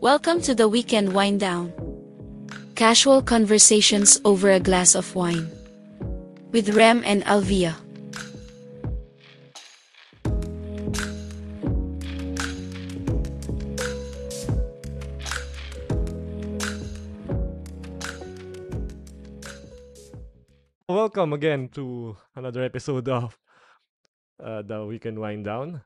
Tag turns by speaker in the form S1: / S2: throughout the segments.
S1: Welcome to the weekend wind down. Casual conversations over a glass of wine. With Rem and Alvia.
S2: Welcome again to another episode of uh, the Weekend Wind Down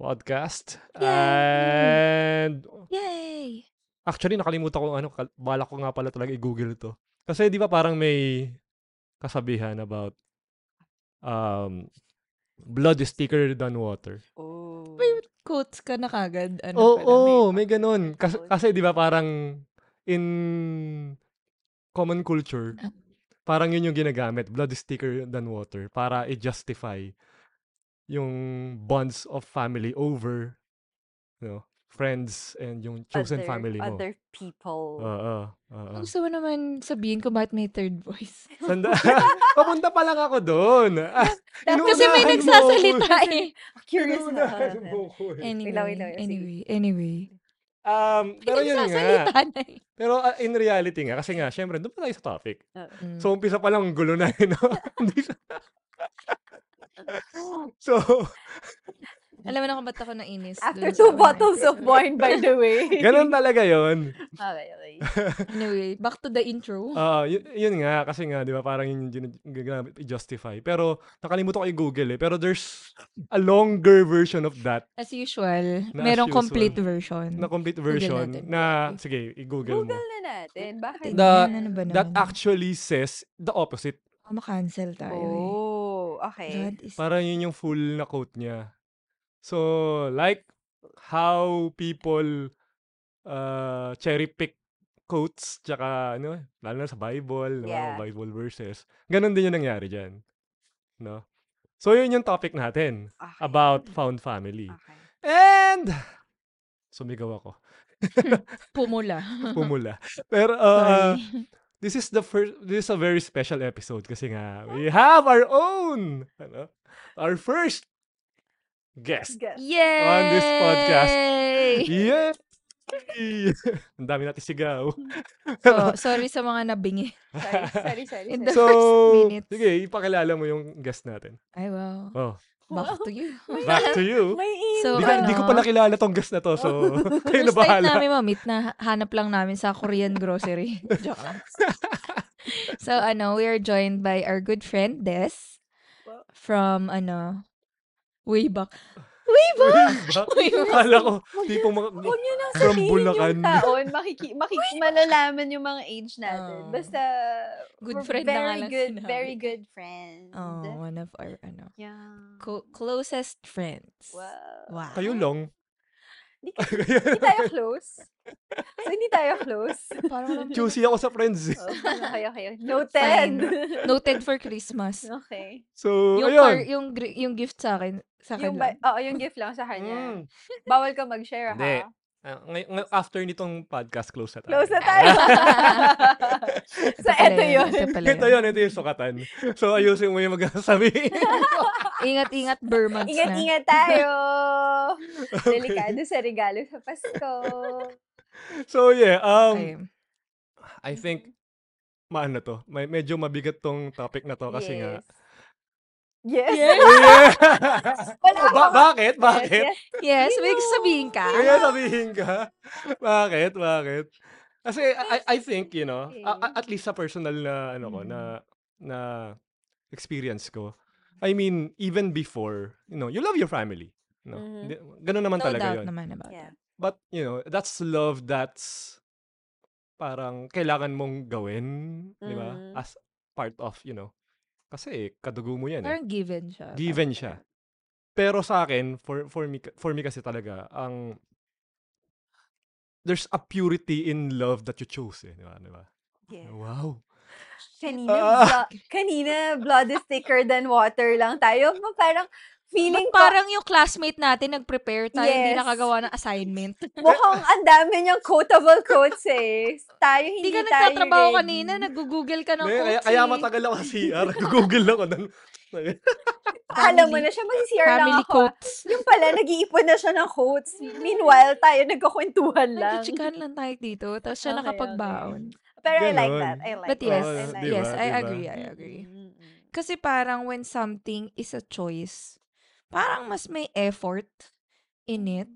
S2: podcast. And
S1: Yay!
S2: actually nakalimutan ko ano, kal- bala ko nga pala talaga i-google to. Kasi di ba parang may kasabihan about um, blood is thicker than water.
S3: Oh.
S4: quotes ka na kagad. Ano
S2: Oo,
S4: pala,
S2: oh,
S4: may-
S2: may ganun. Kas-
S3: Yun.
S2: kasi di ba parang in common culture, parang yun yung ginagamit. Blood is thicker than water para i-justify yung bonds of family over you know, friends and yung chosen
S3: other,
S2: family mo.
S3: Other people.
S2: Oo, oo.
S4: Gusto mo naman sabihin ko bakit may third voice.
S2: Sanda. Papunta pa lang ako doon. Ah,
S4: Kasi
S2: inuunahan
S4: may
S2: mo
S4: nagsasalita eh.
S2: ako.
S3: Curious na. ako
S2: Inuunahan
S3: natin.
S2: mo ako eh.
S4: Anyway,
S3: Ilaw, ilaw, sige.
S4: anyway, anyway.
S2: Um, pero yun nga.
S4: Nagsasalita na eh.
S2: Pero ah, in reality nga, kasi nga, syempre, doon pa tayo sa topic.
S3: Oo.
S4: Mm.
S2: So, umpisa pa lang ang gulo na yun. no? Hindi siya- so,
S4: Alam mo na kung ba't ako nainis.
S3: After
S4: dun sa
S3: two
S4: una.
S3: bottles of wine, by the way.
S2: ganun talaga yun.
S3: okay, okay.
S4: Anyway, back to the intro.
S2: Ah, yun, yun nga, kasi nga, di ba, parang yun yung gin- ginagamit, i-justify. Pero, nakalimutan ko i-google eh. Pero there's a longer version of that,
S4: As usual,
S2: Na as
S4: merong
S2: usual.
S4: complete version.
S2: na complete
S4: Google
S2: version,
S4: natin.
S2: na, sige, i-google mo.
S3: Google na natin. Bakit?
S2: The-
S3: na?
S4: ano ba
S2: That
S4: naman?
S2: actually says the opposite.
S4: Baka ma-cancel tayo eh.
S3: Oh, okay.
S4: God is...
S2: Parang yun yung full na quote niya. So, like how people uh, cherry pick quotes, tsaka ano, lalo na sa Bible, yung mga
S3: Yeah.
S2: Bible verses. Ganon din yung nangyari dyan. No? So, yun yung topic natin
S3: Okay.
S2: about found family.
S3: Okay.
S2: And, sumigaw ako.
S4: Pumula.
S2: Pumula. Pero, uh,
S4: Sorry.
S2: this is the first this is a very special episode kasi nga we have our own ano, our first guest
S3: Guess.
S4: Yay!
S2: on this podcast. Yay! Ang dami natin sigaw.
S4: so, sorry sa mga nabingi.
S3: Sorry, sorry, sorry.
S4: In
S3: sorry.
S4: the-
S2: so,
S4: first minutes.
S2: sige, ipakilala mo yung guest natin.
S4: Ay, wow.
S2: Oh,
S4: Back to you.
S2: back to you.
S3: May
S4: So,
S2: Hindi
S3: intro.
S2: ko, hindi ko
S4: ano?
S2: pala kilala tong guest na to, so
S3: Oh.
S2: kayo na
S4: First time
S2: bahala.
S4: namin mamit na hanap lang namin sa Korean grocery. Joke lang. so, ano, we are joined by our good friend, Des. From, ano, way back. Way back! Way back.
S2: Kala ko,
S3: Ano?
S2: tipong mga...
S3: Huwag niyo nang
S2: From
S3: sabihin
S2: Bulacan.
S3: yung taon. Makiki, makiki, malalaman yung mga age natin.
S4: Oh.
S3: Basta,
S4: Good
S3: we're
S4: friend na nga
S3: very
S4: lang
S3: good,
S4: sinabi.
S3: very good friend.
S4: Oh, one of our, ano,
S3: Yeah.
S4: co- closest friends.
S3: Wow.
S4: Wow.
S2: Kayo long.
S3: Hindi ka- hindi tayo close. So, hindi tayo close.
S4: Parang walang-
S2: Juicy ako sa friends. eh.
S3: Oh, okay, okay. Noted.
S4: Noted for Christmas.
S3: okay.
S2: So, Oh,
S4: Yung,
S2: ayun.
S4: par- yung, gri- yung gift sa akin, sa Hmm. akin
S3: Yung, ba- oo, yung gift lang sa kanya.
S2: Mm.
S3: Bawal ka mag-share,
S2: Hindi.
S3: ha?
S2: Ah, ngay- ngay- after nitong podcast, close na tayo.
S3: Close na tayo. so, eto yun.
S2: ito yun, ito yung sukatan. So, ayusin mo yung magsasabihin.
S4: Ingat-ingat Burmans na.
S3: Ingat-ingat tayo. Delikado sa regalo sa Pasko.
S2: so, yeah.
S4: Okay.
S2: Um, I think,
S4: Mm-hmm.
S2: maano to, may, medyo mabigat tong topic na to kasi nga.
S3: Yes. Yes.
S4: Yes.
S2: Yeah.
S3: Wala
S2: Oh, ba-
S3: akong-
S2: bakit? Bakit?
S3: Yes, yes.
S4: Yes,
S3: You
S4: may
S3: know.
S4: sabihin ka.
S2: Kaya sabihin ka? Bakit? Bakit? Kasi I, I- I think, you know, a- a- at least sa personal na, ano ko, na,
S4: Mm-hmm.
S2: na experience ko, I mean, even before, you know, you love your family. No?
S3: Mhm.
S2: Di- Ganun naman
S4: Mm-hmm. No
S2: talaga
S4: doubt
S2: yun.
S4: naman about
S3: Yeah.
S4: that.
S2: But, you know, that's love that's parang kailangan mong gawin, di ba?
S3: Mhm.
S2: As part of, you know, kasi kadugo mo yan eh.
S4: Parang given siya.
S2: Given siya. Pero sa akin, for for me for me kasi talaga ang there's a purity in love that you chose, eh, di ba? Di ba?
S3: Yeah.
S2: Wow.
S3: Kanina,
S2: Ah.
S3: blo- kanina, blood is thicker than water lang tayo. Ma- Parang, Feeling
S4: But
S3: ko,
S4: parang yung classmate natin, nag-prepare tayo, hindi
S3: Yes.
S4: nakagawa ng assignment.
S3: mukhang ang dami niyang quotable quotes eh. Tayo
S4: Hindi
S3: hindi,
S4: ka
S3: tayo
S4: nagtatrabaho
S3: ready.
S4: kanina, nag-google ka ng
S3: Ano,
S2: Hindi, kaya,
S4: coach
S2: kaya
S4: eh.
S2: matagal ako sa CR. Google ako. Ng,
S3: Alam mo
S4: Family-
S3: na siya, mag-CR lang
S4: Family
S3: ako.
S4: quotes.
S3: Yung pala, nag-iipon na siya ng quotes. Meanwhile, tayo nagkakwentuhan lang.
S4: Nagchichikahan lang tayo dito. Tapos siya
S3: Okay,
S4: nakapagbaon.
S3: Pero I like
S2: Ganun.
S3: that. I like
S4: But yes,
S3: that. I
S2: Oo,
S3: like
S2: diba,
S4: yes, I
S2: diba?
S4: agree, I
S3: that.
S4: agree.
S3: Mm, mm, mm.
S4: Kasi parang when something is a choice, parang mas may effort in it.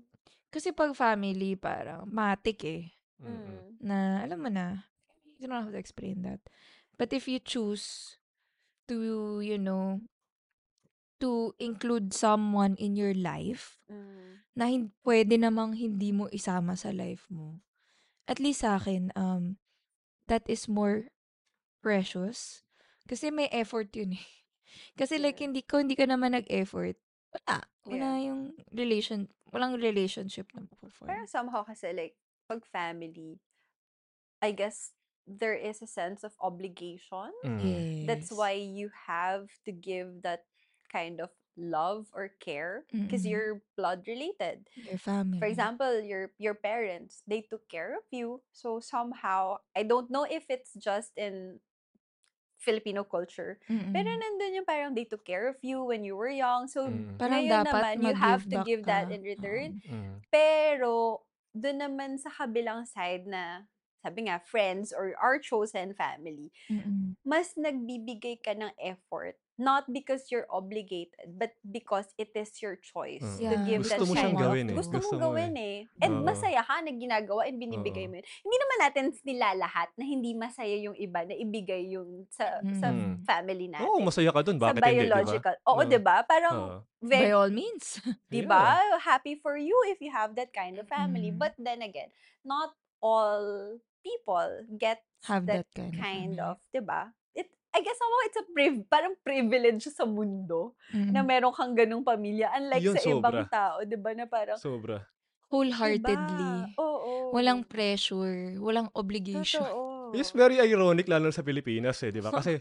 S4: Kasi pag family, parang matik eh.
S2: Mm-mm.
S3: Mm.
S4: Na, alam mo na, you don't have to explain that. But if you choose to, you know, to include someone in your life,
S3: Mm.
S4: na hin- pwede namang hindi mo isama sa life mo. At least sa akin, um, that is more precious. Kasi may effort yun eh. Kasi like,
S3: Yeah.
S4: hindi ko, hindi ka naman nag-effort. Wala. Wala
S3: Yeah.
S4: yung relation, walang relationship na
S3: Parang
S4: perform.
S3: somehow kasi like, pag family, I guess there is a sense of obligation. That's why you have to give that kind of love or care because
S4: Mm-mm.
S3: you're blood related.
S4: Your family.
S3: For example, your your parents, they took care of you. So somehow, I don't know if it's just in Filipino culture,
S4: Mm-mm.
S3: pero nandun yung parang they took care of you when you were young. So
S2: Mm.
S4: parang
S3: ngayon
S4: dapat
S3: naman, you have
S4: mag-give
S3: to
S4: back
S3: give that
S4: ka. Mm-hmm.
S3: in return.
S4: Oo.
S2: Mm.
S3: Pero, doon naman sa kabilang side na, sabi nga, friends or our chosen family,
S4: Mm-mm.
S3: mas nagbibigay ka ng effort. Not because you're obligated, but because it is your choice
S2: Mm.
S3: to
S4: Yeah.
S3: give
S2: Gusto
S3: that
S2: mo
S3: kind
S2: siyang
S3: of-
S2: gawin eh.
S3: Gusto,
S2: Gusto
S3: mong
S2: mo
S3: gawin eh. And
S2: Oo.
S3: masaya ka na ginagawa and
S2: Oo.
S3: binibigay mo yun. Hindi naman natin nilalahat na hindi masaya yung iba na ibigay yung sa, sa
S4: Mm.
S3: family natin.
S2: Hmm. Oo, masaya ka dun.
S3: sa
S2: Bakit hindi, di ba?
S3: biological. Oo,
S2: Oo.
S3: di ba? Parang
S2: Oo.
S3: very
S4: By all means.
S3: diba? Happy for you if you have that kind of family.
S2: Hmm.
S4: Mm.
S3: But then again, not all people get
S4: Have
S3: that
S4: that kind,
S3: kind
S4: of,
S3: of, diba? It, I guess somehow it's a priv- parang privilege sa mundo
S4: family.
S3: na
S4: Mm.
S3: meron kang ganung pamilya. Unlike
S2: Yun,
S3: sa ibang
S2: sobra.
S3: tao, diba? Na parang,
S2: Sobra.
S4: Wholeheartedly.
S3: diba? Oo.
S4: Walang pressure. Walang obligation.
S3: Totoo.
S2: It's very ironic lalo sa Pilipinas eh, di ba? Kasi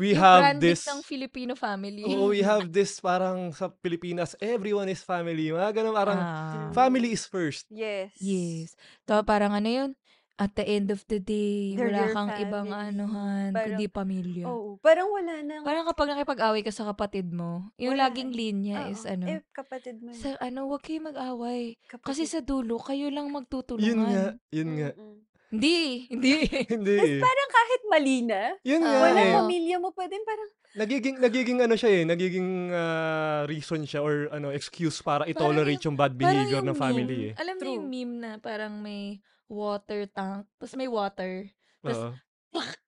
S2: we
S4: yung
S2: have
S4: branding
S2: this
S4: ng Filipino family.
S2: Oo, we have this parang sa Pilipinas, everyone is family. Mga ganun, parang
S4: Ah,
S3: Mm.
S2: family is first.
S3: Yes.
S4: yes. To parang ano yun? At the end of the day,
S3: They're
S4: wala
S3: your
S4: kang ibang
S3: family.
S4: anuhan,
S3: Parang- oh.
S4: kundi pamilya.
S3: Oo. Parang wala nang,
S4: Parang kapag nakipag-away ka sa kapatid mo, yung
S3: Wala
S4: laging
S3: eh.
S4: linya
S3: oo,
S4: is ano,
S3: eh, kapatid mo.
S4: sa
S3: yun.
S4: ano, huwag kayo mag-away. Kasi
S3: Kapatid.
S4: sa dulo, kayo lang
S2: Yun nga,
S4: magtutulungan.
S2: yun nga.
S3: Mm-mm.
S4: Hindi, hindi.
S2: Hindi
S3: Tapos
S2: eh.
S3: parang kahit mali na,
S2: Yun nga
S3: walang
S2: eh.
S4: Oo.
S3: pamilya mo pa din, parang,
S2: Nagiging, nagiging ano siya eh, nagiging ah, reason siya or ano, excuse para i-tolerate yung bad
S4: Parang
S2: behavior ng
S4: yung
S2: family
S4: meme.
S2: eh.
S4: Alam niyo yung
S3: True.
S4: meme na parang may water tank, tapos may water. Tas
S2: Oo.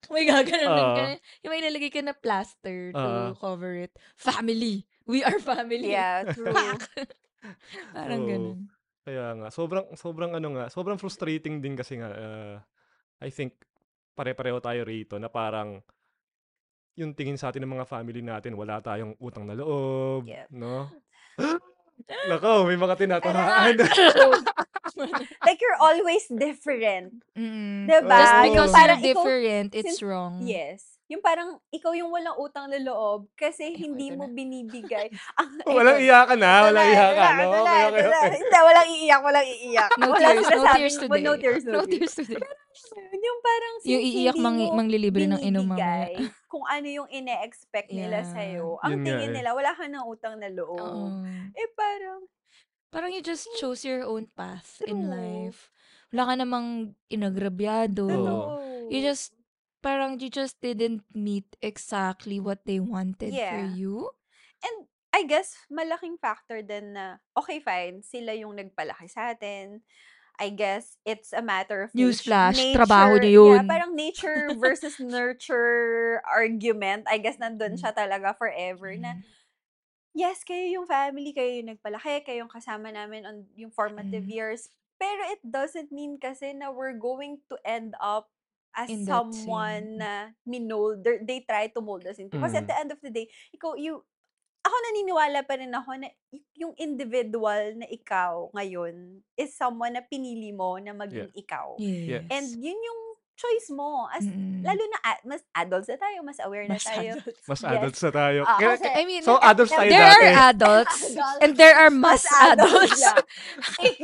S4: May gaganunin ka
S2: Ah.
S4: na. Yung may nilalagay ka na plaster
S2: Ah.
S4: to cover it. Family. We are family.
S3: yeah, true.
S4: Pak! Parang
S2: Oo.
S4: ganun.
S2: Kaya nga, sobrang, sobrang ano nga, sobrang frustrating din kasi nga, ah, I think, pare-pareho tayo rito na parang yung tingin sa atin ng mga family natin, wala tayong utang na loob,
S3: Yep.
S2: no? Nako, may mga tinatamaan.
S3: True. like, you're always different.
S4: Mm-mm.
S3: Diba?
S4: Just
S2: Yung
S4: because
S3: parang
S4: you're
S3: ikaw-
S4: different, it's
S3: since-
S4: wrong.
S3: Yes. Yung parang, ikaw yung walang utang na loob
S4: Ay,
S3: kasi hindi
S4: ito
S3: mo
S4: na.
S3: binibigay. Ah, Ang,
S2: walang iyakan na,
S3: Ito
S2: walang
S3: na, ito
S2: iyakan.
S3: na, ito
S2: No?
S3: na,
S2: Okay, okay,
S3: ito na.
S2: okay.
S3: Hindi, walang iiyak, walang iiyak.
S4: No
S3: Wala
S4: tears. No
S3: sinasabi.
S4: tears
S3: But
S4: today.
S3: No tears, no, tears.
S4: today.
S3: Yung parang since
S4: Yung iiyak
S3: hindi
S4: mang,
S3: mo
S4: manglilibre ng inom mamaya.
S3: binibigay kung ano yung ine-expect nila
S4: Yeah.
S3: sa'yo,
S2: Yun
S3: ang
S2: nga
S3: tingin
S2: eh.
S3: nila, wala ka ng utang na
S4: Oo.
S3: loob. Eh parang,
S4: Parang you just chose your own path in
S3: Hmm. True.
S4: life. Wala ka namang inagrabyado.
S2: Oo.
S3: totoo.
S4: you just parang you just didn't meet exactly what they wanted for
S3: Yeah.
S4: you.
S3: And I guess, malaking factor din na, okay fine, sila yung nagpalaki sa atin. I guess it's a matter of nat-
S4: Newsflash,
S3: nature.
S4: trabaho niyo yun.
S3: Yeah, parang nature versus nurture argument. I guess nandun
S4: Mm.
S3: siya talaga forever na, yes, kayo yung family, kayo yung nagpalaki, kayo yung kasama namin on yung formative
S4: Mm.
S3: years. Pero it doesn't mean kasi na we're going to end up as
S4: In that same-
S3: someone na minold, they're- they try to mold us into. Kasi at
S2: Mm.
S3: the end of the day, ikaw, you, ako naniniwala pa rin ako na y- yung individual na ikaw ngayon is someone na pinili mo na maging ikaw.
S4: Yes.
S3: And yun yung choice mo.
S4: Mm-hmm.
S3: As,
S4: Mm-mm.
S3: Lalo na, a- mas adults na tayo, mas aware na
S4: Mas
S3: tayo.
S4: adults.
S2: Mas
S3: Yes.
S2: adults na tayo.
S3: Ah,
S2: Kaya-
S3: kasi-
S4: I mean,
S2: so, adults tayo
S4: there
S2: dati.
S4: are adults
S3: Adults.
S4: and there are mas adults.
S3: yeah. Take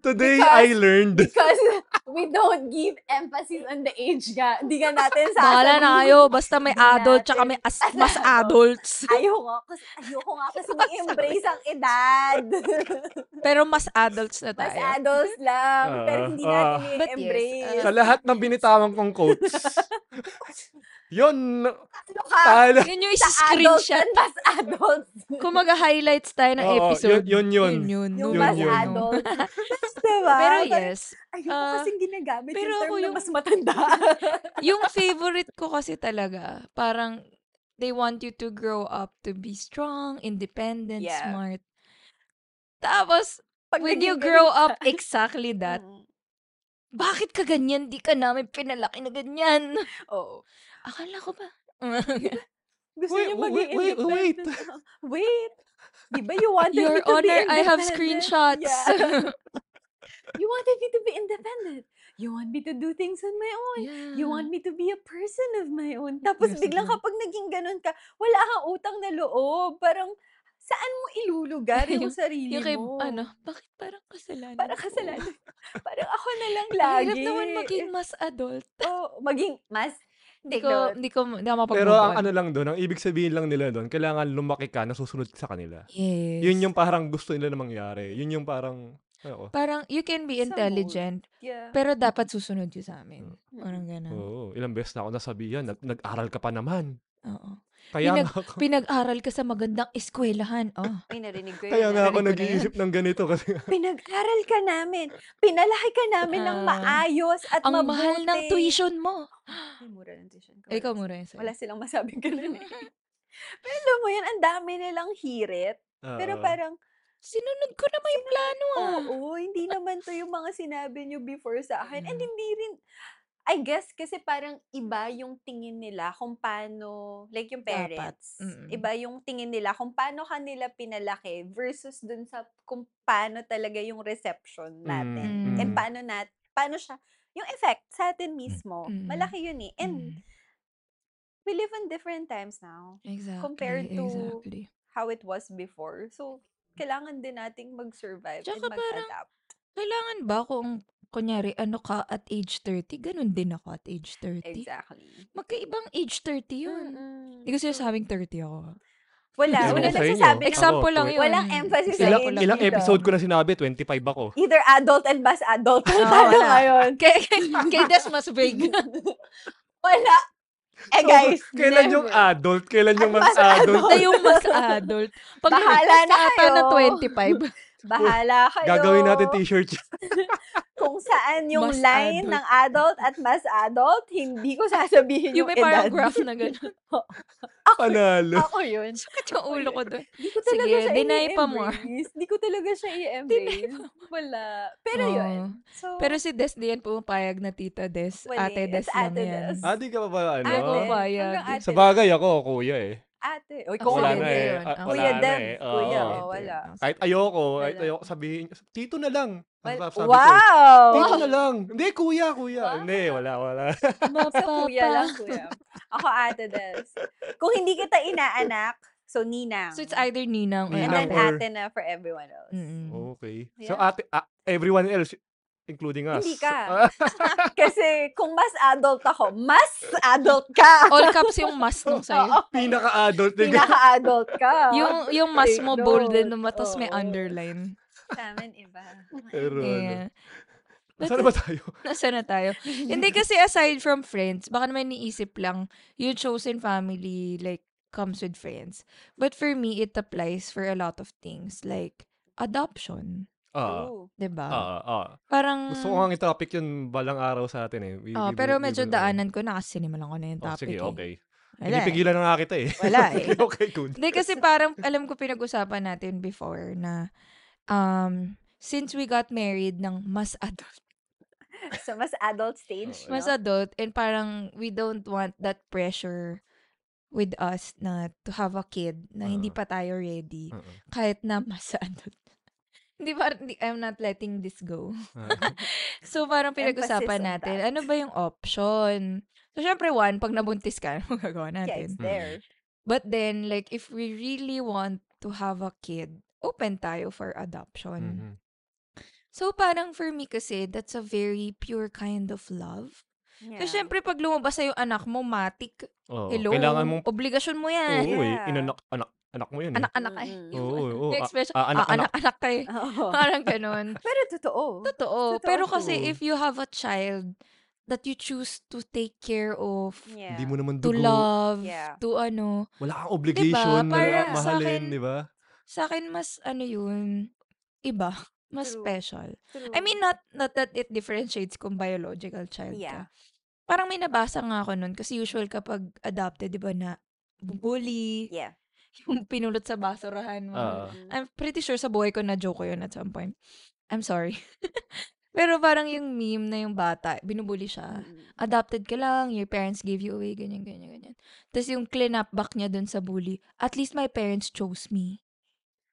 S2: To- today, I learned.
S3: Because we don't give emphasis on the age nga. Hindi nga natin sa
S4: Bahala na kayo. Basta may
S3: Hindi
S4: adult, tsaka may as,
S3: natin.
S4: mas adults.
S3: Ayoko nga, kasi, ayoko nga kasi may embrace ang edad.
S4: Pero mas adults na
S3: Mas
S4: tayo.
S3: adults lang. pero
S2: Ah,
S3: hindi
S2: ah.
S4: But
S3: natin
S4: yes, ah.
S3: i-embrace.
S2: Sa lahat ng binitawan kong quotes, yun,
S3: Ano ka?
S2: talo.
S4: Yun yung
S3: Sa adults
S4: isi-screenshot.
S3: and mas adults.
S4: Kung mag-highlights tayo ng
S2: Oo, yun-
S4: episode.
S2: yun yun.
S4: yun.
S3: Yung
S2: Yun,
S3: mas
S2: yun.
S3: adults. diba?
S4: Pero
S3: Parang,
S4: yes,
S3: Ayoko
S4: ah,
S3: kasing ginagamit
S4: pero
S3: yung
S4: ako
S3: term na
S4: yung-
S3: mas matanda.
S4: yung favorite ko kasi talaga, parang they want you to grow up to be strong, independent,
S3: Yeah.
S4: smart. Tapos,
S3: Pag
S4: when you
S3: naging
S4: grow
S3: ganun
S4: up exactly
S3: ka-
S4: that,
S3: Mm.
S4: bakit ka ganyan? Di ka namin pinalaki na ganyan.
S3: Oo.
S4: Akala ko ba?
S3: Ano Gusto
S2: Wait,
S3: niya
S2: wait,
S3: maging
S2: wait, wait, wait.
S3: independent. Wait. Di ba you wanted
S4: Your
S3: me to be
S4: Honor, I have
S3: independent?
S4: screenshots.
S3: Yeah. You wanted me to be independent. You want me to do things on my own. You
S4: Mm.
S3: want me to be a person of my own. Tapos
S4: Yes,
S3: biglang
S4: agree.
S3: kapag naging ganun ka, wala kang utang na loob. Parang, saan mo ilulugar
S4: Yung-
S3: yung sarili
S4: Yung kay,
S3: mo?
S4: ano, bakit parang kasalanan
S3: Parang
S4: ko?
S3: kasalanan. Parang ako na lang
S4: Ang
S3: lagi.
S4: hirap naman maging mas adult.
S3: Oh, maging mas...
S4: Hindi
S3: Take
S4: ko,
S3: note.
S4: hindi ko, hindi ako mapag
S2: Pero ang ano lang doon, ang ibig sabihin lang nila doon, kailangan lumaki ka, nasusunod ka sa kanila.
S4: Yes.
S2: Yun yung parang gusto nila na mangyari. Yun yung parang, ano ko,
S4: Parang, you can be
S3: Sa mood.
S4: intelligent,
S3: Yeah.
S4: pero dapat susunod yun sa amin.
S3: Mm.
S4: Parang gano'n.
S2: oo, ilang beses na ako nasabihan, nag- nag-aral ka pa naman.
S4: Oo.
S2: Kaya
S4: Pinag-
S2: nga ako,
S4: Pinag-aral ka sa magandang eskwelahan. Oh.
S3: Ay, narinig ko yun.
S2: kaya nga
S3: narinig
S2: ako
S4: ko na yan.
S2: nag-iisip ng ganito kasi
S3: Pinag-aral ka namin. Pinalaki ka namin ng
S4: Ah.
S3: maayos at
S4: Ang
S3: mabuti.
S4: mahal ng tuition mo.
S3: Ay, mura ng tuition. ko.
S4: Ikaw mura yun sa'yo.
S3: Wala silang masabing ganun eh. Pero alam mo yun, ang dami nilang hirit. Pero
S2: Oo.
S3: parang,
S4: Sinunod ko naman yung plano ah.
S3: oo, hindi naman to yung mga sinabi nyo before sa akin. And
S4: Mm.
S3: hindi rin, I guess kasi parang iba yung tingin nila kung paano, like yung
S4: Dapat. Mm.
S3: parents,
S4: Mm-mm.
S3: iba yung tingin nila kung paano kanila pinalaki versus dun sa kung paano talaga yung reception
S2: Mm,
S3: natin. and
S2: mm.
S3: paano nat paano siya yung effect sa atin mismo
S4: Mm.
S3: malaki yun eh and
S4: Mm.
S3: we live in different times now
S4: Exactly.
S3: compared to-
S4: Exactly.
S3: how it was before so kailangan din nating mag-survive
S4: Tsaka
S3: and mag-adapt
S4: Kailangan ba kung, kunyari, ano ka at age 30, ganun din ako at age 30.
S3: exactly
S4: Magkaibang age 30 yun.
S3: Mm-mm.
S4: Hindi ko
S3: So,
S4: sinasabing 30 ako.
S3: wala
S2: Ewan
S3: wala
S2: ko sa inyo.
S3: nagsasabi ng
S2: Exam-
S4: Example lang yun.
S3: walang
S4: Example
S3: emphasis
S2: ilang,
S3: Example lang
S2: ilang
S3: yun.
S2: episode ko na sinabi, 25 ako.
S3: either adult and mas adult na
S4: Oo,
S3: tayo
S4: Ah, wala.
S3: ngayon
S4: Kay, kay Des mas vague.
S3: wala eh guys
S2: Kailan yung
S3: never.
S2: adult? Kailan yung
S3: At
S2: mas
S3: mas adult.
S2: adult?
S4: Na yung mas adult. Pag
S3: Bahala na
S4: ata na
S3: kayo.
S4: 25.
S3: bahala kayo
S2: Gagawin natin
S3: Ano?
S2: t-shirt.
S3: kung saan yung
S4: Mas
S3: line
S4: adult.
S3: ng adult at mas adult, hindi ko sasabihin
S4: Yung
S3: yung,
S4: may
S3: edad.
S4: parang graph na gano'n.
S2: Panalo.
S3: Ako yun.
S4: Sakit yung ulo ko doon.
S3: Hindi ko talaga
S4: Sige,
S3: siya
S4: deny pa mo.
S3: i-embrace. Hindi ko talaga siya i-embrace. Wala. Pero yun.
S4: Oo.
S3: So,
S4: Oh. Pero si Des di yan pumapayag na tita Des.
S3: Wala
S4: Ate
S3: yan.
S4: Des
S3: Sa
S4: lang
S3: Ate
S4: yan.
S3: Des.
S2: Ah, di ka pa ba ano?
S3: ate.
S4: Ako ba yan?
S3: hanggang ate.
S2: Sa bagay ako, kuya eh.
S3: Ate. Uy,
S4: Ako
S3: kung
S2: wala
S4: din
S2: na
S3: ano
S2: eh.
S3: yun.
S4: yun.
S2: Ah,
S4: Ako
S3: Kuya
S2: wala na
S3: Dev.
S2: eh. Oo.
S3: Kuya,
S4: Kuya
S3: oh,
S4: Dev.
S3: wala.
S2: Kahit ayoko, kahit
S3: Wala.
S2: ayoko sabihin, tito na lang. Ang
S3: Wal-
S2: sabi ko eh.
S3: wow!
S2: Tito na lang. Hindi, kuya, kuya.
S3: Wow.
S2: Hindi, wala, wala.
S3: Sa kuya
S4: Mapapa.
S3: lang, kuya. Ako ate Des. Kung hindi kita inaanak, so ninang.
S4: So it's either Ninang or
S3: And
S2: Ninang
S3: then
S2: or- Oh.
S4: Ate.
S3: ate na for everyone else.
S4: Mm-mm.
S2: Okay. So
S3: Yeah.
S2: ate, ah, everyone else, including us. Ah,
S3: Hindi ka. Kasi kung mas adult ako, mas adult ka.
S4: All caps yung mas nung sa'yo.
S3: Oo.
S2: Pinaka-adult. na ganun.
S3: Pinaka-adult ka.
S4: Yung, yung mas
S3: Take
S4: mo bolded
S3: note.
S4: naman, tapos may
S3: Oo.
S4: underline.
S3: Sa amin, iba.
S2: Pero ano.
S4: Yeah. But-
S2: Saan na ba tayo?
S4: Nasaan na tayo? Hindi kasi aside from friends, baka naman niisip lang, your chosen family, like, comes with friends. But for me, it applies for a lot of things. Like, adoption.
S2: Ah,
S3: True.
S4: 'di ba?
S2: ah, ah.
S4: Parang,
S2: Gusto ko nga i-topic yun balang araw sa atin eh. We-
S4: Mm. oh,
S2: we-
S4: pero
S2: we-
S4: medyo
S2: we-
S4: daanan ko na kasi sinimulan ko na yung
S2: Oh,
S4: topic.
S2: sige,
S4: eh.
S2: okay.
S4: Wala eh.
S2: Pinipigilan na nga kita eh.
S4: Wala eh.
S2: okay, okay, good.
S4: Hindi kasi parang alam ko pinag-usapan natin before na um since we got married ng mas adult,
S3: So, mas adult stage.
S2: Oo,
S4: mas
S3: no?
S4: adult and parang we don't want that pressure with us na to have a kid na hindi
S2: Oo. Hmm. Mm-hmm.
S4: pa tayo ready
S2: Oo.
S4: kahit na mas adult. Hindi pa, hindi- I'm not letting this go.
S2: Ah.
S4: So, parang pinag-usapan
S3: on
S4: natin,
S3: that.
S4: ano ba yung option? So, syempre, one, pag nabuntis ka, ano magagawa
S3: Yeah,
S2: Mm.
S4: natin?
S3: it's there.
S4: But then, like, if we really want to have a kid, open tayo for adoption.
S2: Mhm.
S4: So, parang for me kasi, that's a very pure kind of love.
S3: Yeah.
S4: Kasi syempre, pag lumabas sa'yo anak mo, matik,
S2: Oo,
S4: hello,
S2: Kailangan mong
S4: obligasyon mo yan.
S2: Oo, eh.
S3: Yeah.
S2: Inanak, anak, anak mo yun.
S4: Anak-anak ka eh.
S3: Mm-mm. Oh.
S2: Oo, oo. Ah,
S4: Yung expression,
S2: ah,
S4: anak,
S2: anak, anak.
S4: anak, anak ka eh.
S3: Oo.
S4: Parang ganun.
S3: Pero totoo.
S4: Totoo.
S3: Totoo
S4: Pero
S3: to.
S4: kasi if you have a child that you choose to take care of,
S3: Yeah.
S2: Hindi mo naman
S4: to
S2: dugo.
S4: love,
S3: Yeah.
S4: to ano,
S2: Wala kang obligation na
S4: Para sa
S2: mahalin,
S4: akin-
S2: di ba?
S4: sa akin mas ano yun, iba. Mas
S3: True.
S4: special.
S3: True.
S4: I mean, not, not that it differentiates kung biological child
S3: Yeah.
S4: ka. Parang may nabasa nga ako nun kasi usual kapag adopted, di ba, na bully,
S3: yeah.
S4: yung pinulot sa basurahan mo.
S2: Ah.
S3: Mm.
S4: I'm pretty sure sa buhay ko na joke ko yun at some point. I'm sorry. Pero parang yung meme na yung bata, binubuli siya.
S3: Mm-mm.
S4: Adopted ka lang, your parents gave you away, ganyan, ganyan, ganyan. Tapos yung clean up back niya dun sa bully, at least my parents chose me.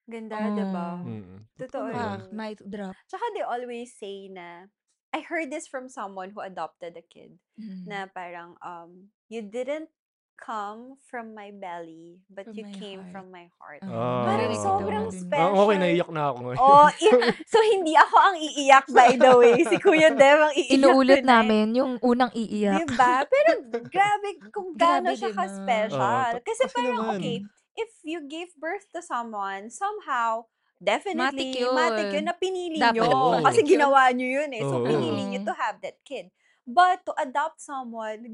S3: Ganda, diba?
S4: Oh.
S2: Mm.
S3: Totoo
S4: Ah,
S3: yun.
S4: might drop.
S3: Tsaka they always say na, I heard this from someone who adopted a kid,
S4: Mm.
S3: na parang, um, you didn't come from my belly, but
S4: From
S3: you
S4: my
S3: came
S4: heart."
S3: from my heart.
S4: Ah,
S2: Ah.
S4: Mm.
S3: Parang
S4: narinig ko daw
S3: sobrang
S4: na din.
S3: special.
S2: Ah, okay, naiyak na ako ngayon.
S3: Oh, i- so hindi ako ang iiyak by the way. Si Kuya Dev ang iiyak. eh.
S4: Inuulit
S3: tonight.
S4: namin yung unang iiyak.
S3: Diba? Pero grabe kung gaano
S4: Grabe
S3: siya
S4: din, ah.
S3: ka-special.
S2: Oo, ta-
S3: Kasi
S2: kasi
S3: parang,
S2: naman.
S3: okay, if you gave birth to someone, somehow, definitely, matik yun,
S4: yun.
S3: na pinili
S4: Dapat
S3: nyo.
S2: Oo.
S3: Kasi
S4: matik yun.
S3: ginawa nyo yun eh. So,
S2: Oo.
S3: pinili nyo to have that kid. But to adopt someone,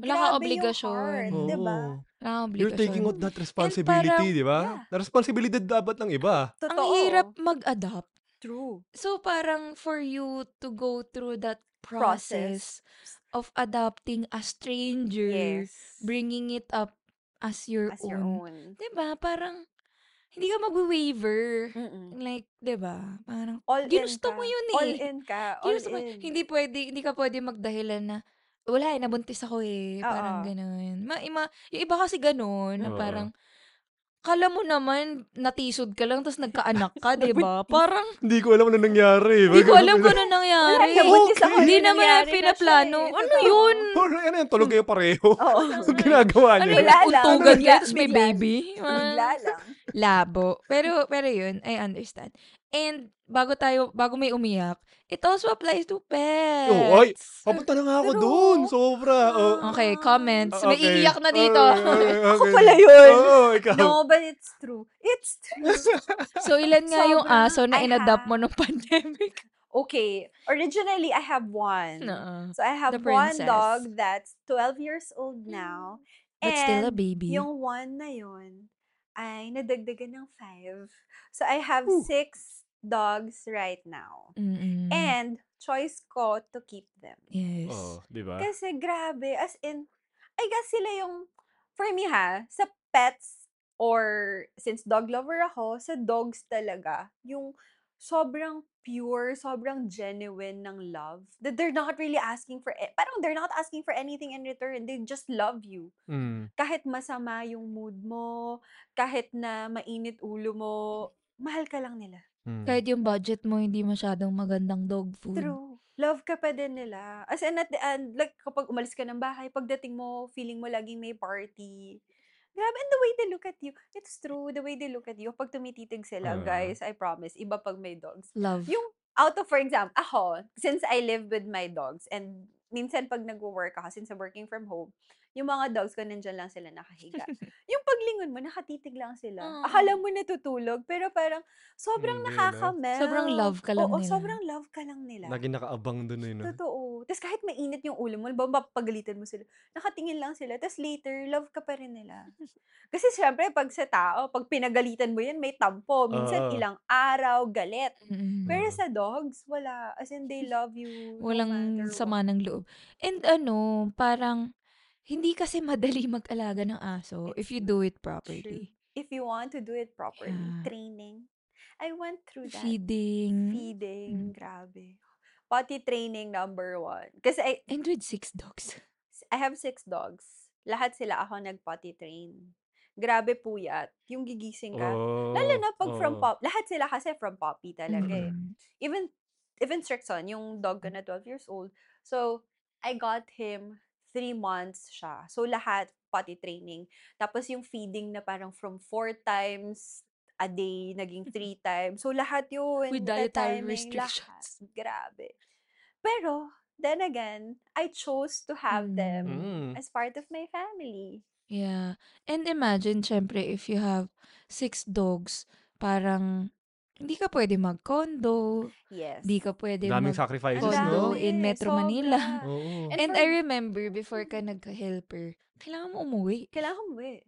S4: Wala kang
S3: grabe yung
S4: obligasyon.
S3: heart,
S2: Oo.
S3: diba?
S4: Ah,
S2: You're taking
S4: obligation.
S2: on that
S4: parang-
S2: responsibility, di
S3: yeah.
S2: ba? Na responsibilidad dapat ng iba.
S3: Totoo.
S4: Ang hirap mag-adopt.
S3: True.
S4: So parang for you to go through that
S3: Process.
S4: process, of adopting a stranger,
S3: Yes.
S4: bringing it up as your
S3: As
S4: own.
S3: your own.
S4: 'Di ba? Parang hindi ka mag-waver.
S3: Mm-mm.
S4: Like, 'di ba? Parang
S3: All
S4: Ginusto
S3: in
S4: mo
S3: ka.
S4: yun eh.
S3: All in ka. All
S4: Ginusto mo-
S3: in.
S4: hindi pwede hindi ka pwede magdahilan na wala eh, nabuntis ako eh. Parang
S3: Oo.
S4: ganun. Ma, ima, yung iba kasi ganun,
S2: Oo.
S4: na parang, kala mo naman, natisod ka lang, tapos nagkaanak ka, di ba? Parang,
S2: Hindi ko alam na nangyari.
S4: Hindi ko alam kung ano nangyari.
S3: Wala, nabuntis
S2: ako,
S4: Hindi
S3: yun
S4: naman namin
S3: nangyari na siya
S4: pinaplano.
S3: eh.
S4: Ano
S3: Totoo.
S4: yun?
S2: Parang ano yan, tulog kayo pareho.
S3: Oo.
S2: Anong ginagawa
S4: Hmm.
S2: niyo?
S4: Ano yun?
S3: Wala lang.
S4: Untugan
S3: Bigla-
S4: niya, tapos may
S3: bigla.
S4: baby?
S3: Bigla
S4: Ah,
S3: lang.
S4: Labo.
S2: Mm.
S4: Pero, pero yun, I understand. And, bago tayo, bago may umiyak, it also applies to pets.
S2: Oh, ay, Papunta na nga ako
S4: True.
S2: doon. Sobra. Oh.
S4: Okay, comments.
S2: Ah,
S4: May
S2: okay. Ah,
S4: iiyak na dito.
S3: Ako pala yun.
S2: Oo, ikaw.
S3: No, but it's true. It's true.
S4: so, ilan nga yung
S3: Sobrang-
S4: aso na
S3: I
S4: inadapt
S3: have-
S4: mo nung pandemic?
S3: Okay. Originally, I have one.
S4: No.
S3: So I have
S4: The
S3: one
S4: princess. Mm,
S3: dog that's 12 years old now.
S4: But still a
S3: And
S4: baby.
S3: Yung one na yun ay nadagdagan ng five. So I have
S2: Ooh.
S3: six dogs right now.
S4: Mm-mm.
S3: And choice ko to keep them.
S4: yes.
S2: Oo, Oh, di ba?
S3: Kasi grabe, as in, I guess sila yung, for me ha, sa pets, or since dog lover ako, sa dogs talaga, yung sobrang pure, sobrang genuine ng love. That they're not really asking for, e- parang they're not asking for anything in return. They just love you.
S2: Mm.
S3: Kahit masama yung mood mo, kahit na mainit ulo mo, mahal ka lang nila.
S2: Mm.
S4: Kahit yung budget mo hindi masyadong magandang dog food.
S3: True. Love ka pa din nila. As in, at the end, like, kapag umalis ka ng bahay, pagdating mo, feeling mo laging may party. Grabe, and the way they look at you. It's true, the way they look at you. Pag tumititig sila,
S2: Ah.
S3: guys, I promise, iba pag may dogs.
S4: Love.
S3: Yung, out of, for example, ako, since I live with my dogs, and minsan pag nagwo-work ako, since I'm working from home, yung mga dogs ko, nandyan lang sila nakahiga. yung paglingon mo, nakatitig lang sila.
S4: Aw.
S3: Akala mo natutulog, pero parang, sobrang
S2: Hindi, no?
S3: nakaka-melt.
S4: Sobrang love ka lang
S3: Oo,
S4: nila.
S3: sobrang love ka lang nila.
S2: Lagi nakaabang doon eh, no?
S3: Totoo. Tapos kahit mainit yung ulo mo, ba mapagalitan mo sila, nakatingin lang sila. Tapos later, love ka pa rin nila. Kasi syempre, pag sa tao, pag pinagalitan mo yan, may tampo. Minsan,
S2: Oo.
S3: ilang araw, galit.
S4: Mm-mm.
S2: Oo.
S3: Pero sa dogs, wala. As in, they love you no
S4: Walang
S3: matter
S4: sama
S3: what.
S4: ng loob. And ano, parang hindi kasi madali mag-alaga ng aso if
S3: It's
S4: you
S3: not
S4: do it
S3: True.
S4: properly.
S3: If you want to do it properly,
S4: Yeah.
S3: training. I went through that.
S4: Feeding. Mm.
S3: Feeding, grabe. Potty training number one. Kasi I,
S4: And with six dogs.
S3: I have six dogs. Lahat sila ako nag-potty train. grabe puyat. Yung gigising ka.
S2: Oh,
S3: Lalo na pag from
S2: oo.
S3: pop, lahat sila kasi from poppy talaga eh.
S4: Mm.
S3: Even, even Strixon, yung dog ko na 12 years old. So, I got him three months siya. So, lahat potty training. Tapos yung feeding na parang from four times a day, naging
S4: Mm.
S3: three times. So, lahat yun.
S5: With
S3: the
S5: dietary
S3: timing,
S5: restrictions.
S3: Lahat. Grabe. Pero, then again, I chose to have
S4: Mm.
S3: them
S2: Mm.
S3: as part of my family.
S4: Yeah. And imagine, syempre, if you have six dogs, parang hindi ka pwede mag-condo,
S3: Yes.
S4: hindi ka pwede
S2: Daming
S4: mag-
S2: sacrifices,
S4: condo
S2: no?
S4: dami. in Metro Manila.
S3: sobra.
S2: Oo.
S3: ano, eh, And
S4: And
S3: for-
S4: I remember before ka nagka-helper, kailangan mo umuwi.
S3: Kailangan mo eh.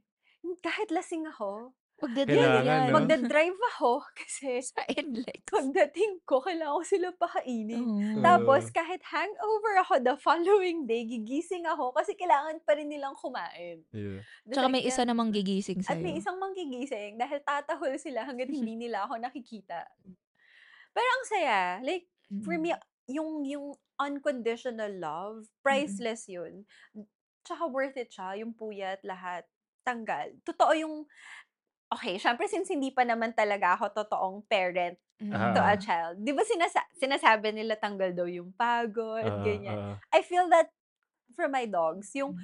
S3: Kahit lasing ako,
S4: Magdadrive
S2: Kailangan,
S4: yan.
S2: no?
S3: magdadrive ako kasi
S4: Sa headlights.
S3: pagdating ko, kailangan ko sila pakainin.
S4: Oo.
S3: Tapos
S2: Oo.
S3: kahit hangover ako the following day, gigising ako kasi kailangan pa rin nilang kumain.
S2: Yeah.
S3: The
S4: Tsaka
S3: fact
S4: may isa
S3: na-
S4: namang gigising
S3: At may
S4: sa'yo.
S3: isang manggigising dahil tatahol sila hanggat hindi nila ako nakikita. Pero ang saya. Like,
S2: Mm.
S4: Mm.
S3: for me, yung, yung unconditional love, priceless yun. Tsaka worth it siya, yung puyat, lahat, tanggal. Totoo yung, okay, syempre since hindi pa naman talaga ako totoong parent
S4: Mm.
S2: Ah.
S3: to a child, di ba sinasa- sinasabi nila tanggal daw yung pagod,
S2: Ah, ah.
S3: ganyan. I feel that for my dogs, yung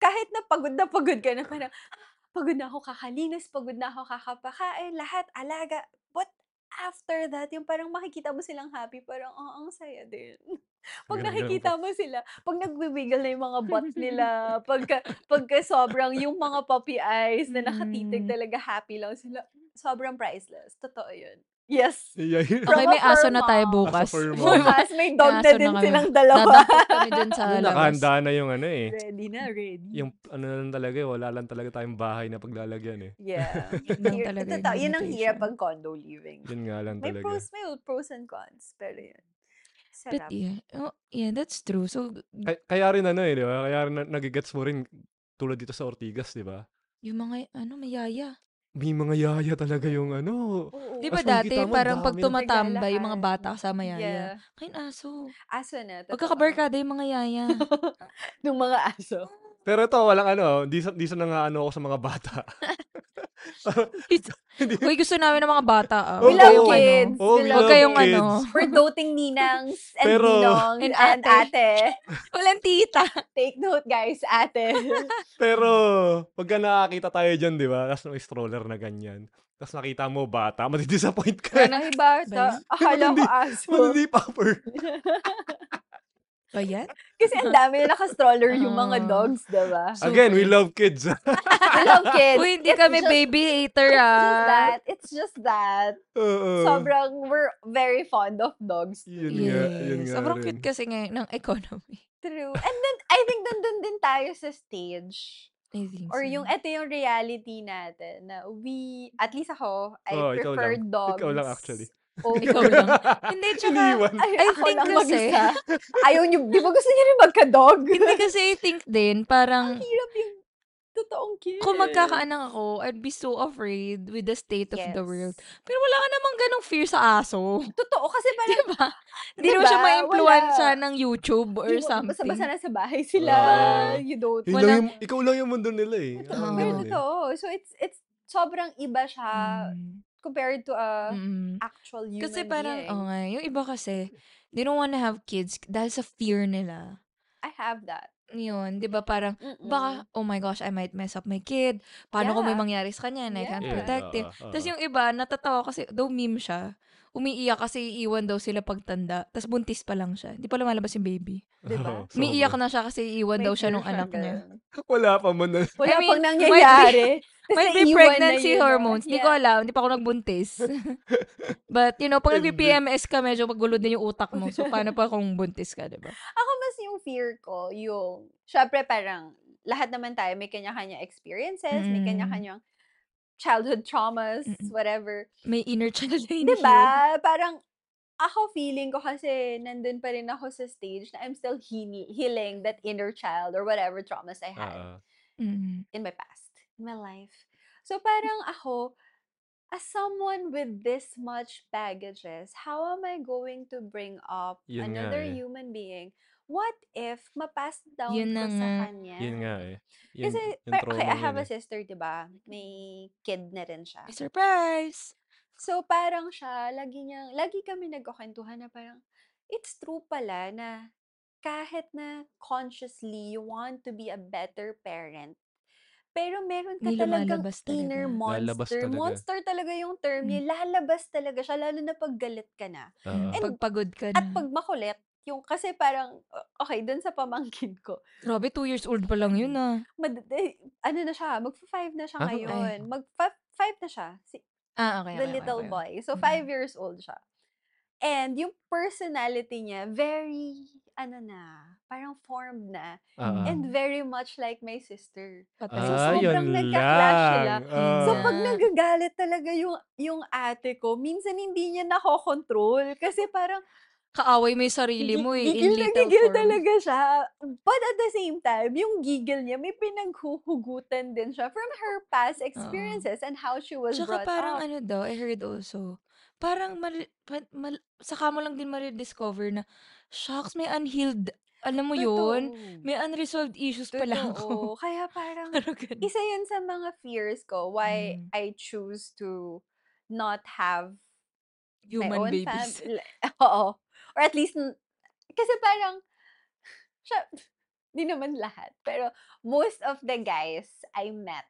S3: kahit na pagod na pagod ka na parang, "Ah, pagod na ako kakalinis, pagod na ako kakapakain, lahat, alaga. But after that, yung parang makikita mo silang happy, parang, oh, ang saya din. Pag
S2: Ganun, ganun
S3: nakikita
S2: po.
S3: mo sila, pag nagwiwiggle na yung mga butt nila, pagka, pagka sobrang yung mga puppy eyes na nakatitig
S4: Mm.
S3: talaga, happy lang sila. Sobrang priceless. Totoo yun. Yes.
S2: Yeah.
S4: Okay,
S3: From a
S4: may aso
S3: firm
S4: na tayo
S3: mom.
S4: bukas.
S2: As a firm mom.
S3: Bukas, may dog na
S4: Kaso na
S3: din
S4: kami.
S3: silang dalawa.
S4: Dadapot kami dun sa
S2: Yung
S4: labas.
S2: nakahanda na yung ano eh.
S3: ready na, ready.
S2: Yung ano na lang talaga, eh, wala lang talaga tayong bahay na paglalagyan eh.
S3: yeah.
S4: Yun lang
S3: Hir-
S4: talaga yung
S3: totoo, yun ang hirap
S4: limitation.
S3: pag condo living.
S2: Yun nga lang
S3: May
S2: talaga.
S3: pros, may pros and cons. Pero yun.
S4: But
S3: Sarap.
S4: yeah, oh, yeah, that's true. So, g-
S2: Kaya, kaya rin ano eh, di ba? Kaya rin na- nagigets mo rin tulad dito sa Ortigas, di ba?
S4: yung mga, ano, mayaya.
S2: May mga yaya talaga yung ano.
S3: Oo.
S4: Di
S2: As
S4: ba
S2: makikita
S4: dati,
S2: mo, ang
S4: parang pag
S2: dami ng-
S4: tumatambay, yung mga
S3: Naglalakad.
S4: bata sa
S3: Yeah.
S4: mayaya. Kain aso.
S3: Aso na. totoo.
S4: Magkakabarkada yung mga yaya.
S3: Nung mga aso.
S2: Pero ito, walang ano, di sa, di sa nangaano ako sa mga bata. Parang, hindi-
S4: Uy, gusto namin ng mga bata. Ah.
S2: We
S4: Huwag
S2: love
S4: kayong
S3: kids.
S4: Ano,
S2: Oh, we
S4: huwag
S2: love
S4: kayong
S2: kids.
S4: ano.
S3: We're doting ninangs and
S2: Pero-
S3: ninongs and
S4: And
S3: ate.
S4: Walang tita.
S3: Take note, guys, ate.
S2: Pero, pagka nakakita tayo dyan, di ba? Tapos may stroller na ganyan. Tapos nakita mo bata, matidisappoint ka.
S3: Ay,
S4: Ba
S3: bata.
S4: yan?
S3: Akala ko
S2: Matindi-
S3: aso.
S2: Matindi popper.
S4: Ba
S3: Oh,
S4: yan?
S3: Kasi ang dami na naka-stroller yung mga
S4: Ah.
S3: dogs, diba?
S4: So-
S2: Again, we
S4: Super.
S2: love kids. ah.
S3: We love kids.
S4: Uy, hindi
S3: It's
S4: kami
S3: just-
S4: baby hater
S3: It's just
S4: ah.
S3: that. It's just that.
S2: Oo.
S3: Sobrang, we're very fond of dogs.
S2: Yun nga, yun
S4: Yes.
S2: nga
S4: Sobrang
S2: rin.
S4: cute kasi ngayon ng economy.
S3: True. And then, I think nandun din tayo sa stage.
S4: I think
S3: Or
S4: so.
S2: Mm.
S3: yung, eto yung reality natin. Na we, at least ako, I
S2: Oo, Oh, ikaw
S3: prefer
S2: lang.
S3: dogs.
S2: Ikaw lang actually.
S3: over-
S4: Ikaw lang. Hindi, tsaka,
S2: Iniwan.
S3: Ay,
S4: I
S3: ako
S4: think
S3: lang
S4: kasi-
S3: mag-isa. Ayaw niyo, di ba gusto niyo rin magka-dog?
S4: hindi kasi I think din, parang,
S3: Hirap yung totoong kid.
S4: kung magkakaanak ako, I'd be so afraid with the state of the world.
S3: Yes.
S4: Pero wala ka namang ganong fear sa aso.
S3: Totoo, kasi parang,
S4: Diba? Hindi naman
S3: Diba?
S4: siya ma-influensya
S3: Wala.
S4: ng YouTube or
S3: Di mo-
S4: something.
S3: Basta-basta nasa bahay sila.
S2: Oo.
S3: you don't.
S2: Yun lang
S4: Walang-
S2: yung, ikaw lang yung mundo nila eh.
S4: Oo.
S2: Parang
S3: Pero
S2: ganun eh.
S3: totoo. oh. So, it's, it's sobrang iba siya
S4: Mm.
S3: compared to a
S4: Mm-mm.
S3: actual ah, human
S4: Hmm. Kasi parang,
S3: being.
S4: oh nga, yung iba kasi, they don't wanna have kids dahil sa fear nila.
S3: I have that.
S4: Yun, di ba parang,
S3: Mm-mm.
S4: baka, oh my gosh, I might mess up my kid. Paano kung may
S3: Mm. Yeah.
S4: mangyari sa kanya and I can't
S3: Yeah.
S4: protect him.
S2: oo, oo.
S4: Tapos yung iba, natatawa kasi, daw meme siya. Umiiyak kasi iiwan daw sila pagtanda. Tapos buntis pa lang siya. Hindi pa lumalabas yung baby.
S2: Oo,
S3: Diba?
S2: sobra.
S4: Umiiyak na siya kasi iiwan
S3: May
S4: daw siya
S3: fear
S4: nung
S3: siyang
S4: anak niya.
S3: ganun.
S2: Wala pa man. na-
S3: Wala
S4: I mean, might
S3: pang
S4: be-
S3: nangyayari. Tas
S4: Might be
S3: naiwan na
S4: pregnancy
S3: yun, ah.
S4: hormones. Hindi ko
S3: Yeah.
S4: alam. Hindi pa ako nagbuntis. But, you know, pag
S2: Hindi.
S4: nag-PMS ka, medyo magulo din yung utak mo. So, paano pa kung buntis ka, di ba?
S3: Ako mas yung fear ko, yung, syempre parang, lahat naman tayo may kanya-kanya experiences, may
S4: Mm.
S3: kanya-kanyang childhood traumas,
S4: Mm-mm.
S3: whatever.
S4: May inner child na
S3: Di
S4: hindi healed.
S3: ba? Parang, ako feeling ko kasi nandun pa rin ako sa stage na I'm still heal- healing that inner child or whatever traumas I had
S2: Oo.
S4: Mm.
S3: in my past, in my life. So parang ako, as someone with this much baggages, how am I going to bring up
S2: Yun nga
S3: another
S2: eh.
S3: human being what if ma-pass down
S4: Yun na
S3: ko sa
S4: nga.
S3: kanya?
S2: Yun nga eh. Yun,
S3: Kasi,
S2: yung
S3: par- okay,
S2: trauma
S3: I
S2: yun
S3: have a
S2: eh.
S3: sister, di ba? May kid na rin siya.
S4: Surprise!
S3: So, parang siya, lagi niyang, lagi kami nagkukwentuhan na parang, it's true pala na kahit na consciously you want to be a better parent, pero meron
S4: May
S3: ka talagang
S4: lumalabas talaga. Hmm.
S3: inner
S2: Lalabas
S3: monster.
S2: talaga.
S3: Monster talaga yung term niya. Lalabas talaga siya, lalo na pag galit ka na.
S2: Oo.
S3: And-
S4: Pagpagod ka na.
S3: At pag makulit, yung kasi parang, okay, dun sa pamangkin ko,
S4: Grabe, two years old pa lang yun ah.
S3: mad- eh, ano na siya, magfa-five na siya
S2: Ah, okay.
S3: ngayon. Mag-five na siya. Si,
S4: Ah, okay.
S3: the
S4: okay, okay,
S3: little
S4: okay.
S3: boy. So,
S4: Mm.
S3: five years old siya. And yung personality niya, very, ano na, parang formed na.
S2: Ah, ah.
S3: And very much like my sister.
S4: Patay.
S3: So,
S2: Ah,
S3: sobrang
S2: yun
S3: nagka-clash sila.
S2: lang. Ah.
S3: So, pag
S4: Ah.
S3: nagagalit talaga yung, yung ate ko, minsan hindi niya nakokontrol. Kasi parang,
S4: Kaaway mo yung sarili
S3: gi-
S4: mo eh. In
S3: gigil na
S4: little
S3: gigil
S4: form.
S3: talaga siya. But at the same time, yung gigil niya, may pinaghuhugutan din siya from her past experiences and how she was
S4: Ah. Tsaka
S3: brought
S4: parang
S3: up.
S4: ano daw, I heard also, parang mal, pa- mal, saka mo lang din ma-discover na, shucks, may unhealed, alam mo yun?
S3: Totoo.
S4: May unresolved issues pala ako.
S3: Totoo. Kaya parang,
S4: parang ganun.
S3: isa yun sa mga fears ko why
S4: Mm.
S3: I choose to not have my
S4: Human
S3: own
S4: babies.
S3: family. Oo. Or at least, n- kasi parang, siya, di naman lahat. Pero most of the guys I met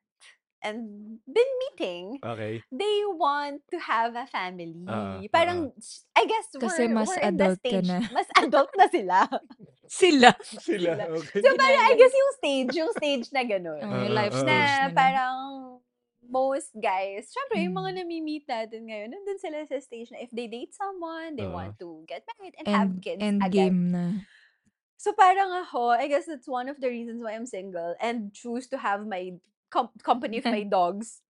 S3: and been meeting,
S2: Okay.
S3: they want to have a family.
S2: Ah, ah,
S3: parang, s- I guess
S4: Kasi
S3: we're,
S4: mas
S3: we're in the
S4: adult ka
S3: stage,
S4: na.
S3: mas adult na sila.
S4: Sila.
S2: Sila,
S3: Sila.
S2: okay.
S3: So parang, I
S4: Ginagawa.
S3: guess yung stage, yung stage na ganun
S4: Oh, yung
S2: Ah,
S4: life
S2: ah, ah.
S4: stage
S3: na
S4: nila.
S3: parang most guys, syempre yung mga
S4: Mm.
S3: nami-meet natin ngayon, nandun sila sa stage na if they date someone, they
S2: Oo.
S3: want to get married and, have
S4: End,
S3: kids
S4: end
S3: agad.
S4: game na.
S3: So parang ako, I guess that's one of the reasons why I'm single and choose to have my com- company of my dogs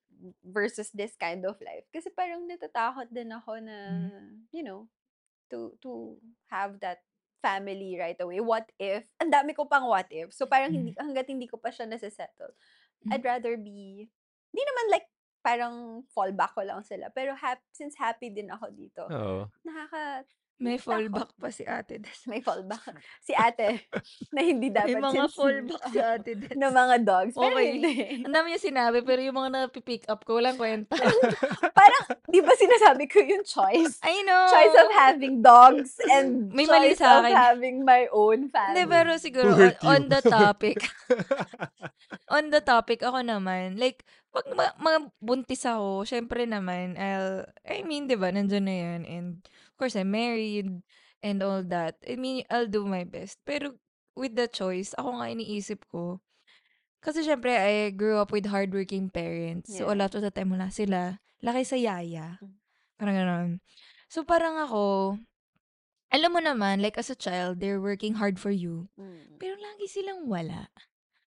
S3: versus this kind of life. Kasi parang natatakot din ako na, you know, to to have that family right away. What if? Ang dami ko pang what if. So parang hindi hangga't hindi ko pa siya nasa-settle. I'd rather be hindi naman like parang fallback ko lang sila. Pero hap, since happy din ako dito,
S2: Oo.
S3: nakaka
S4: May
S3: natatakot.
S4: fallback pa si ate. Des.
S3: May fallback. Si ate na hindi
S4: May
S3: dapat
S4: mga
S3: sin-
S4: fallback si
S3: Oo,
S4: ate. Des.
S3: ng mga dogs. Pero
S4: Okay.
S3: hindi.
S4: Ang dami niya sinabi, pero yung mga napipick up ko, walang kwenta.
S3: parang, di ba sinasabi ko yung choice?
S4: I know!
S3: Choice of having dogs and
S4: May mali
S3: choice
S4: sa
S3: of
S4: akin.
S3: having my own
S4: Hindi,
S3: family.
S4: pero siguro,
S2: Who hurt
S4: on, on
S2: you?
S4: the topic, on the topic ako naman, like, pag ma- mabuntis ako, syempre naman, I'll, I mean, di ba, nandyan na yan, and, of course, I'm married, and all that. I mean, I'll do my best. Pero, with the choice, ako nga iniisip ko, kasi syempre, I grew up with hardworking parents. So, a
S3: Yeah.
S4: lot of the time, wala sila. Laki sa yaya.
S3: Mm.
S4: Parang ganun. So, parang ako, alam mo naman, like as a child, they're working hard for you.
S3: Mm.
S4: Pero lagi silang wala.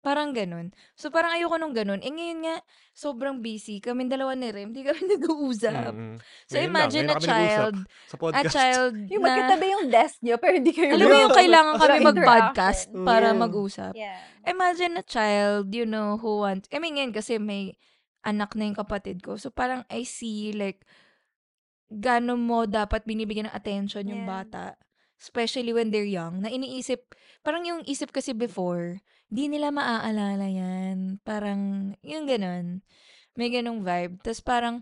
S4: Parang ganun. So, parang ayoko nung ganun. Eh, ngayon nga, sobrang busy. Kaming dalawa ni Rem, di kami nag-uusap.
S2: Mm-mm. Mm.
S4: So,
S2: Ngayon lang,
S4: imagine
S2: ngayon na
S4: a
S2: kami nag-usap
S4: child,
S2: sa
S4: a
S2: podcast.
S4: child
S3: Yung
S4: na,
S3: magkatabi yung desk niyo, pero hindi kayo
S4: alam mo yung
S2: Yeah.
S4: kailangan kami mag-podcast
S3: mag-interaction.
S4: para
S3: Yeah.
S2: Mm.
S4: mag-usap.
S3: Yeah.
S4: Imagine a child, you know, who wants, I mean, ngayon kasi may anak na yung kapatid ko. So, parang I see, like, gano'n mo dapat binibigyan ng attention yung
S3: Yeah.
S4: bata, especially when they're young, na iniisip, parang yung isip kasi before, di nila maaalala yan. Parang, yung gano'n. May ganong vibe. Tapos parang,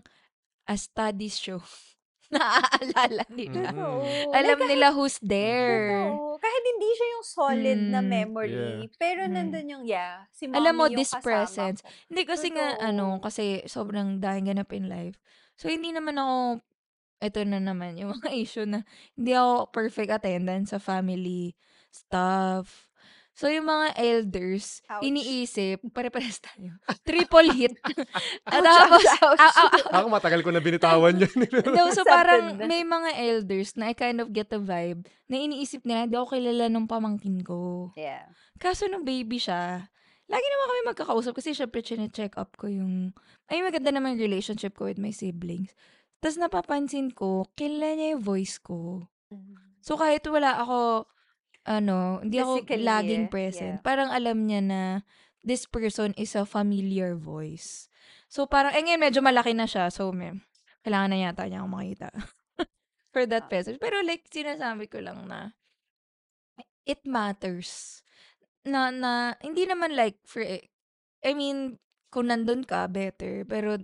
S4: as studies show, naaalala nila.
S2: Mm-mm.
S3: Totoo. Like,
S4: Alam nila who's there.
S3: totoo. Kahit hindi siya yung solid na
S4: Mm.
S2: Yeah.
S3: memory, pero
S4: Mm.
S3: nandun yung, yeah, si
S4: alam mo,
S3: mommy yung
S4: this
S3: kasama
S4: presence.
S3: ko.
S4: Hindi kasi nga, ano,
S3: Totoo.
S4: kasi sobrang daming ganap in life. So, hindi naman ako, ito na naman, yung mga issue na hindi ako perfect attendance sa family stuff. So, yung mga elders,
S3: Ouch.
S4: iniisip, pare-pares tayo. Triple hit. At Ah,
S3: Ouch,
S4: tapos, ah,
S3: ouch, ouch.
S4: ow, ow, ow.
S2: Ako matagal ko na binitawan yun.
S4: No, so
S3: Accepted
S4: parang
S3: na.
S4: may mga elders na I kind of get the vibe na iniisip nila, hindi ako kilala ng pamangkin ko.
S3: Yeah.
S4: Kaso nung baby siya, lagi naman kami magkakausap kasi syempre chine-check up ko yung, ay maganda naman yung relationship ko with my siblings. Tapos napapansin ko, kilala niya yung voice ko.
S3: Mm.
S4: So kahit wala ako, ano, hindi ako
S3: Physically,
S4: laging
S3: eh.
S4: present.
S3: Yeah.
S4: Parang alam niya na this person is a familiar voice. So parang, eh ngayon medyo malaki na siya. So may, kailangan na yata niya akong makita for that
S3: Ah.
S4: message. Pero like, sinasabi ko lang na, it matters. Na, na, hindi naman like, for, e, I mean, kung nandun ka, better. Pero,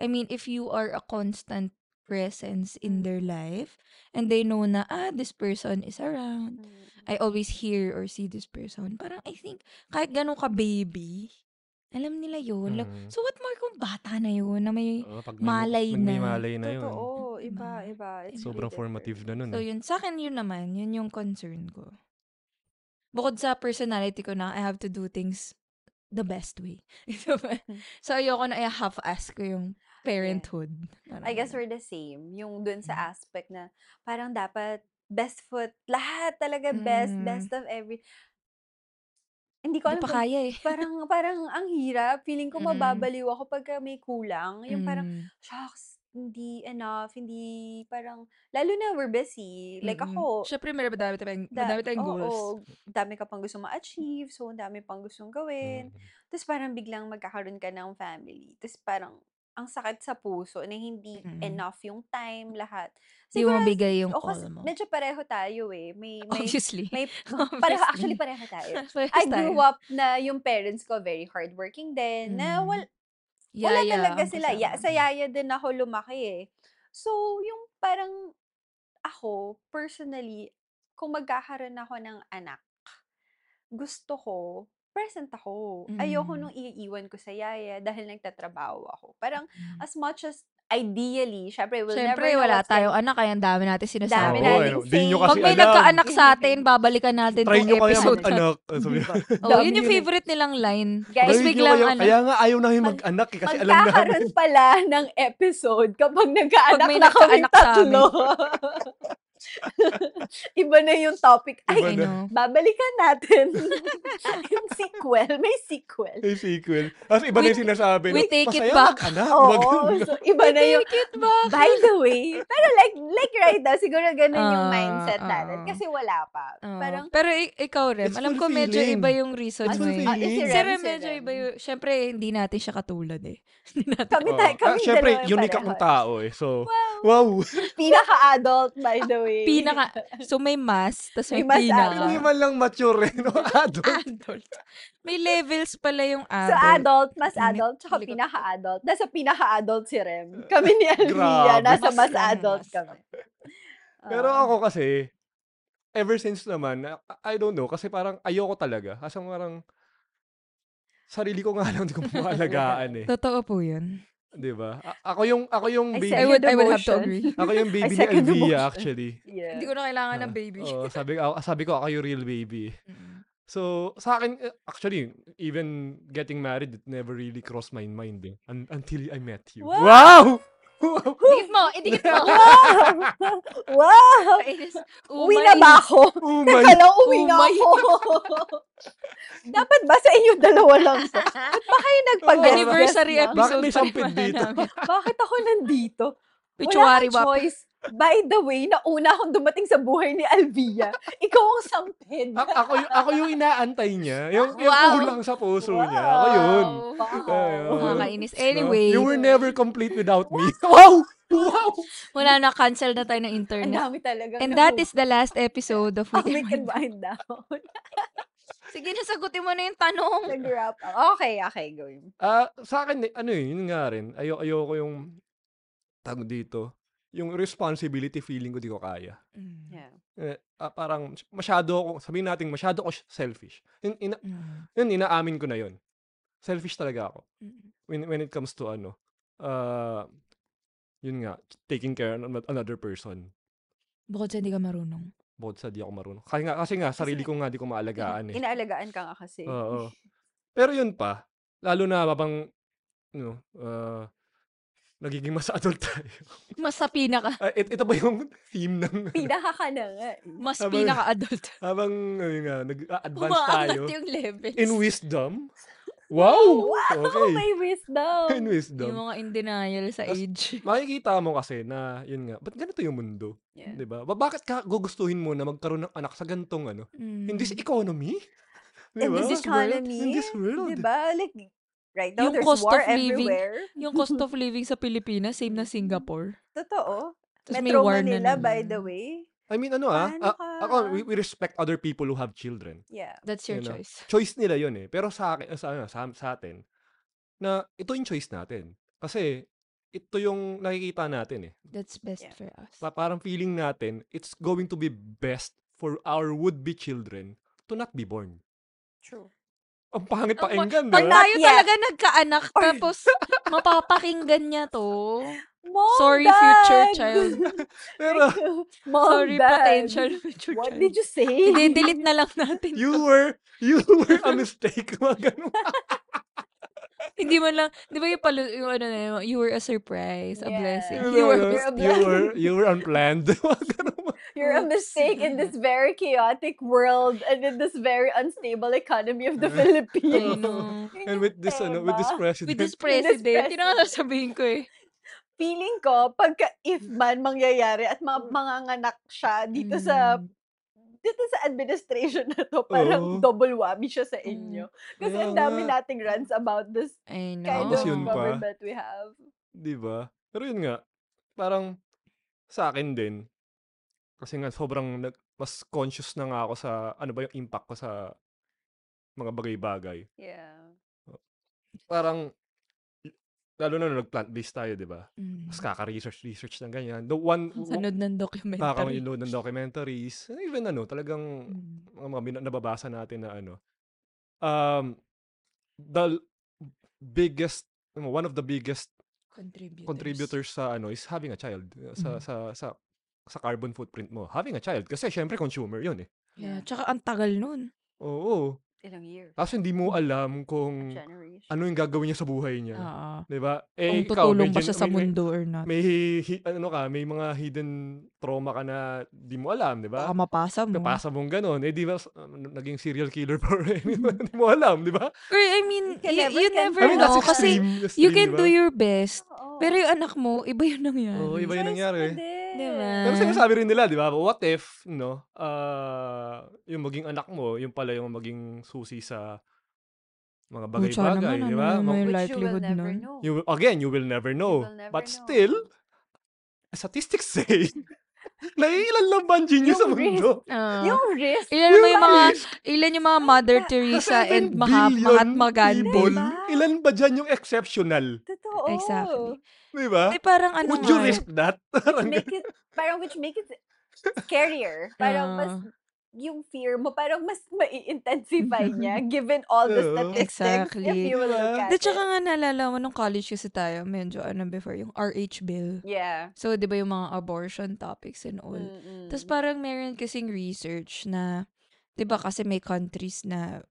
S4: I mean, if you are a constant presence in their life, and they know na, ah, this person is around, I always hear or see this person. Parang I think, kahit ganun ka baby, alam nila yun. Like,
S2: Mm.
S4: So what more kung bata na yun na may...
S2: Oo, pag
S4: malay
S2: pag may
S4: na.
S2: malay na yun.
S3: Totoo.
S4: Mm.
S3: Iba, iba. It's really
S2: Sobrang
S3: different.
S2: formative na
S3: Mm.
S2: nun.
S4: So
S2: eh.
S4: yun, sa akin yun naman, yun yung concern ko. Bukod sa personality ko na, I have to do things the best way.
S3: Hmm.
S4: so ayoko na i-half-ass ko yung parenthood. Parang
S3: I guess
S4: ganun.
S3: we're the same. Yung dun sa
S4: Mm.
S3: aspect na parang dapat best foot. Lahat talaga best.
S4: Mm.
S3: Best of every. Hindi ko
S4: Hindi
S3: alam
S4: pa
S3: kung
S4: kaya eh.
S3: parang parang ang hirap. Feeling ko
S4: Mm.
S3: mababaliw ako pagka may kulang. Yung parang,
S4: Mm.
S3: shocks, hindi enough, hindi parang, lalo na we're busy. Like
S4: Mm-mm.
S3: ako,
S4: Siyempre, meron madami tayong, Mm.
S3: da-
S4: madami tayong goals.
S3: oo, dami ka pang gusto ma-achieve, so ang dami pang gustong gawin.
S2: Mm.
S3: Tapos parang biglang magkakaroon ka ng family. Tapos parang ang sakit sa puso na hindi
S4: Mm-mm.
S3: enough yung time, lahat.
S4: Mm. Hindi mo mabigay yung
S3: o
S4: all
S3: kasi
S4: mo.
S3: medyo pareho tayo eh. May, may,
S4: Obviously.
S3: may, pareho,
S4: Obviously.
S3: actually pareho tayo.
S4: Parehas
S3: I grew
S4: tayo.
S3: up na yung parents ko very hardworking din,
S4: Mm.
S3: na wal, wala
S4: Yaya
S3: talaga
S4: ang
S3: sila. Ya,
S4: kasama.
S3: sa yaya din ako lumaki eh. So, yung parang ako, personally, kung magkakaroon ako ng anak, gusto ko, present ako.
S4: Mm.
S3: Ayoko nung iiwan ko sa yaya dahil nagtatrabaho ako. Parang,
S4: Mm.
S3: as much as, ideally, syempre, we'll
S4: Syempre,
S3: never know
S4: wala
S3: what's
S4: tayong
S3: gonna...
S4: anak, kaya ang dami natin
S3: Dami
S4: sinasabi.
S2: Oo,
S3: nating
S2: eh, di nyo
S4: Pag
S2: kasi
S4: may
S2: alam.
S4: nagkaanak sa atin, babalikan natin
S2: Try
S4: tong
S2: nyo kaya
S4: episode. na-
S2: mag-anak. Ah, sabi-
S3: Diba?
S4: Oh, yun
S3: Dami
S4: yung
S3: yun eh.
S4: favorite nilang line.
S3: Guys,
S4: Tapos
S2: Try nyo
S4: biglang,
S2: kaya,
S4: ano,
S2: kaya nga ayaw namin
S3: Mag-
S2: mag-anak eh, kasi alam namin.
S3: Magkakaroon pala ng episode kapag
S4: pag
S3: nagkaanak
S4: may
S3: na kaming
S4: nagkaanak sa amin.
S3: tatlo. Iba na yung topic.
S2: Iba
S3: Ay,
S4: I
S2: na.
S4: know.
S3: babalikan natin. yung sequel. May sequel.
S2: May sequel. Tapos iba na yung
S4: We-
S2: sinasabi.
S4: we
S2: no?
S4: take it
S2: Masaya
S4: back.
S2: mag-anak. Wag-
S3: Oo. So, iba
S4: Ano
S3: na yung...
S4: Take it back.
S3: By the way, pero like, like right now, siguro ganun yung
S4: Ah,
S3: mindset natin.
S4: oo.
S3: Kasi wala pa.
S4: Oo.
S3: Parang,
S4: Pero i- ikaw, Rem,
S2: Oh. It's
S4: alam ko medyo
S2: fulfilling.
S4: iba yung reason
S2: It's
S4: mo eh.
S3: ah, is
S2: fulfilling.
S3: si
S4: Si
S3: Rem,
S4: Rem
S3: si
S4: medyo iba
S3: Rem.
S4: yung, syempre, hindi natin siya katulad eh. hindi natin,
S3: Kami
S2: Oo.
S3: tayo,
S2: Ah,
S3: kaming
S2: syempre,
S3: dalawa yung
S2: unique akong
S3: pareho.
S2: tao eh. So,
S3: Wow.
S2: wow.
S3: Pinaka-adult, by the way.
S4: pinaka, so may mas, tas may,
S3: May mas
S2: Hindi
S4: pinaka.
S2: man lang mature eh. No? Adult.
S4: Adult. May levels pala yung
S3: So,
S4: adult.
S3: adult, mas
S4: Init.
S3: adult, tsaka
S4: Hindi ko-
S3: pinaka-adult. Nasa pinaka-adult si Rem. Kami ni Alvia,
S2: Ah, Grabe.
S3: nasa mas
S4: Mas- ano,
S3: adult
S4: mas.
S3: kami. Ah,
S2: Pero
S3: Oo.
S2: ako kasi, ever since naman, I- I don't know, kasi parang ayoko talaga. Kasi parang, sarili ko nga lang hindi ko maalagaan eh.
S4: Totoo po yun.
S2: 'Di ba? A- ako yung ako yung
S3: I
S4: I
S2: baby
S4: would,
S3: second the
S4: I would have to
S3: motion.
S4: agree.
S2: ako yung
S3: I
S2: baby ni
S3: second the
S2: Alvia
S3: motion.
S2: actually.
S3: Yeah.
S4: hindi ko na kailangan ng
S2: Ah,
S4: baby.
S2: oo, sabi ko sabi ko ako yung real baby. eh.
S4: Mm.
S2: So, sa akin eh, actually even getting married it never really crossed my mind eh, un- until I met you.
S3: Wow!
S2: Wow!
S4: Idikit mo! Idikit mo!
S3: Wow! wow!
S4: Kainis.
S3: Uwi na
S4: Umay.
S3: ba ako?
S2: oh
S3: Teka
S2: my
S3: lang, uwi na
S4: Umay.
S3: ako. Dapat ba sa inyo dalawa lang to? Ba't ba kayo nagpa-guest guest
S4: Oh. Anniversary
S3: na?
S2: Bakit
S4: episode
S2: may
S4: pa rin
S2: sampid
S4: pala
S2: dito?
S4: namin.
S3: Bakit ako nandito? Wala
S4: Pichuari
S3: kang
S4: wap.
S3: choice. By the way, nauna akong dumating sa buhay ni Alvia. Ikaw ang sampid.
S4: Ah.
S2: A- ako yung ako yung inaantay niya, yung yung
S4: Wow.
S2: kulang sa puso niya. Ako yun.
S3: Wow.
S4: Nakakainis.
S2: No?
S4: Oh, Anyway,
S2: You were never complete without me. Wow! Wow!
S4: wala na. Cancel na tayo ng
S3: Ang
S4: internet.
S3: dami talaga.
S4: And that is the last episode of
S3: Oh,
S4: Weekend
S3: we can
S4: Wind.
S3: wind down.
S4: Sige, nasagutin mo na yung tanong.
S3: Nag-wrap up. Okay, okay, game.
S2: Ah, sa akin, eh, ano eh, yun nga rin. Ayo, ayoko yung tag dito. Yung responsibility feeling ko di ko kaya.
S4: Mm.
S3: Yeah.
S2: Eh, ah, parang masyado ako, sabihin natin masyado ako sh- selfish. Yun, ina,
S4: Mm.
S2: yun, inaamin ko na yun. Selfish talaga ako.
S4: Mm.
S2: When, when it comes to ano, ah, yun nga, taking care of ano- another person.
S4: Bukod sa hindi ka marunong.
S2: Bukod sa di ako marunong. Kasi nga, kasi nga sarili ko nga di ko maalagaan eh.
S3: Inaalagaan ka nga kasi.
S2: Oo. Pero yun pa, lalo na babang, no, ah, nagiging mas adult tayo.
S4: Mas sa pinaka,
S2: Ah, it, ito ba yung theme ng
S3: Pinaka ka na nga. eh.
S4: mas
S2: Habang-
S4: pinaka-adult.
S2: habang ano nga, nag-advance tayo
S4: Umaangat yung levels.
S2: in wisdom? Wow!
S3: Oh, Wow,
S2: Okay.
S3: may wisdom.
S2: In
S4: yung
S2: wisdom.
S4: mga in denial sa
S2: Tas-
S4: age.
S2: Makikita mo kasi na, yun nga, ba't ganito yung mundo?
S3: Yeah.
S2: 'Di ba? Ba, bakit ka gugustuhin mo na magkaroon ng anak sa gantong ano?
S4: Mm.
S2: In this economy? 'Di
S3: Mm-hmm. In
S2: ba?
S3: this
S4: this world?
S3: economy,
S2: In this world?
S3: diba? Like, right now,
S4: Yung
S3: there's
S4: cost of
S3: war
S4: living.
S3: everywhere.
S4: Yung cost of living sa Pilipinas, same na Singapore.
S3: Totoo.
S4: Tapos may
S3: Metro
S4: war na
S3: Manila, by
S4: naman.
S3: the way.
S2: I mean, ano ah,
S3: Paano
S2: ah,
S3: ka?
S2: ako, we, we respect other people who have children.
S3: Yeah.
S4: That's your
S2: Yun na.
S4: choice.
S2: Choice nila yun eh. Pero sa akin, sa, ano, sa, sa atin, na ito yung choice natin. Kasi, ito yung nakikita natin eh.
S4: That's best
S3: Yeah.
S4: for us.
S2: Pa- parang feeling natin, it's going to be best for our would-be children to not be born.
S3: True.
S2: Ang pangit
S4: Ang ma-
S2: pakinggan,
S4: Pag
S2: di ba?
S4: tayo
S3: Yeah.
S4: talaga nagkaanak, tapos mapapakinggan niya to.
S3: Mom,
S4: Sorry, future
S3: Dad!
S4: child.
S2: Pero,
S3: Mom,
S4: Sorry,
S3: Dad,
S4: potential future
S3: Oh, What
S4: child.
S3: did you say?
S4: I-delete na lang natin.
S2: you were, you were a mistake. Mga ganun.
S4: Hindi mo lang, di ba yung, palu- yung ano na yun, you were a surprise, a
S3: Yeah.
S4: blessing.
S3: You
S4: You were, a
S3: were- you're a
S2: you were, you were unplanned. Mga ganun.
S3: You're a mistake in this very chaotic world and in this very unstable economy of
S2: Uh,
S3: the
S4: blessing. I
S3: Philippines.
S4: know.
S2: And
S3: Yun yung
S2: with this, ano, with this
S3: tema.
S2: president.
S4: With this
S3: With this
S4: president, yun ang
S3: president.
S4: sasabihin ko eh.
S3: feeling ko, pagka if man mangyayari at mga manganganak siya dito sa
S4: Mm.
S3: dito sa administration na to,
S2: Oo.
S3: parang double whammy siya sa
S4: Mm.
S3: inyo. Kasi
S2: Kaya
S3: ang dami
S2: nga.
S3: nating rants about this
S4: I know.
S3: kind
S2: Tapos
S3: of
S2: yun pa.
S3: government we have.
S2: Di ba? Pero yun nga, parang sa akin din, kasi nga sobrang nag, mas conscious na nga ako sa ano ba yung impact ko sa mga bagay-bagay.
S3: Yeah.
S2: Parang, lalo na nung nag-plant-based tayo, di ba?
S4: Mm.
S2: Mas kaka-research-research ng ganyan. The one,
S4: Ang Sunod ng documentary.
S2: kakamayon ng documentaries, and even ano, talagang
S4: Mm.
S2: mga mga bin- nababasa natin na ano, um, the l- biggest, ano, one of the biggest
S4: Contributors.
S2: contributors sa ano is having a child uh, sa
S4: Mm.
S2: sa sa sa carbon footprint mo. Having a child kasi syempre consumer 'yun eh.
S4: Yeah, tsaka ang tagal nun.
S2: Oo.
S3: Ilang years.
S2: Tapos hindi
S4: Mm-hmm.
S2: mo alam kung
S3: Generation.
S2: ano yung gagawin niya sa buhay niya,
S4: Oo.
S2: 'di ba?
S4: Ah. Kung
S2: Eh ikaw,
S4: tutulong
S2: may
S4: ba
S2: gen-
S4: siya sa
S2: may- may-
S4: mundo or not.
S2: May, hi- ano ka, may mga hidden trauma ka na di mo alam, 'di ba?
S4: Baka mapasa mo.
S2: Napasa mong ganun, eh di ba s- um, naging serial killer pa rin. Hindi mo alam, di ba?
S4: Or I mean,
S3: can
S4: you,
S3: never
S4: you
S3: can
S4: never
S2: I mean, that's
S4: know. Kasi
S2: extreme. extreme
S4: you can
S2: di ba?
S4: do your best.
S3: Oo.
S4: Pero yung anak mo, iba yung nangyari.
S2: Oo, iba yung
S3: Choice mo
S2: nangyari.
S3: din.
S4: Diba?
S2: Pero sinasabi rin nila, di ba? What if, no, ah, yung maging anak mo, yung pala yung maging susi sa mga
S4: Pucha
S2: bagay-bagay, di
S4: naman, ano
S2: ba? Mag-
S4: naman yung
S3: Which you will
S4: likelihood
S3: never
S4: nun.
S3: know.
S2: you will- again, you will never know.
S3: will never
S2: But
S3: know.
S2: still, statistics say, naiilan lang ba ang genius sa
S3: Yung
S2: mundo?
S4: Ah.
S3: Yung risk.
S4: ilan naman yung mga,
S2: risk.
S4: ilan yung mga Mother Teresa and Maha, Mahatma Gandhi.
S2: people,
S3: Diba?
S2: ilan ba dyan yung exceptional?
S3: Totoo.
S4: Exactly.
S2: Di ba?
S4: Di parang ano
S2: Would you
S4: nga eh.
S2: risk that?
S3: Which
S2: Parang
S3: make it, parang which make it scarier. Parang mas,
S4: Ah.
S3: yung fear mo, parang mas mai-intensify niya given all the
S2: Oo.
S3: statistics if
S4: Exactly.
S3: you will look
S2: Diba?
S3: at
S4: Di tsaka
S3: it.
S4: nga naalala mo nung college kasi tayo, medyo ano before, yung RH bill.
S3: Yeah.
S4: So, di ba yung mga abortion topics and all.
S3: Mm-mm.
S4: Tapos parang meron kasing research na, di ba kasi may countries na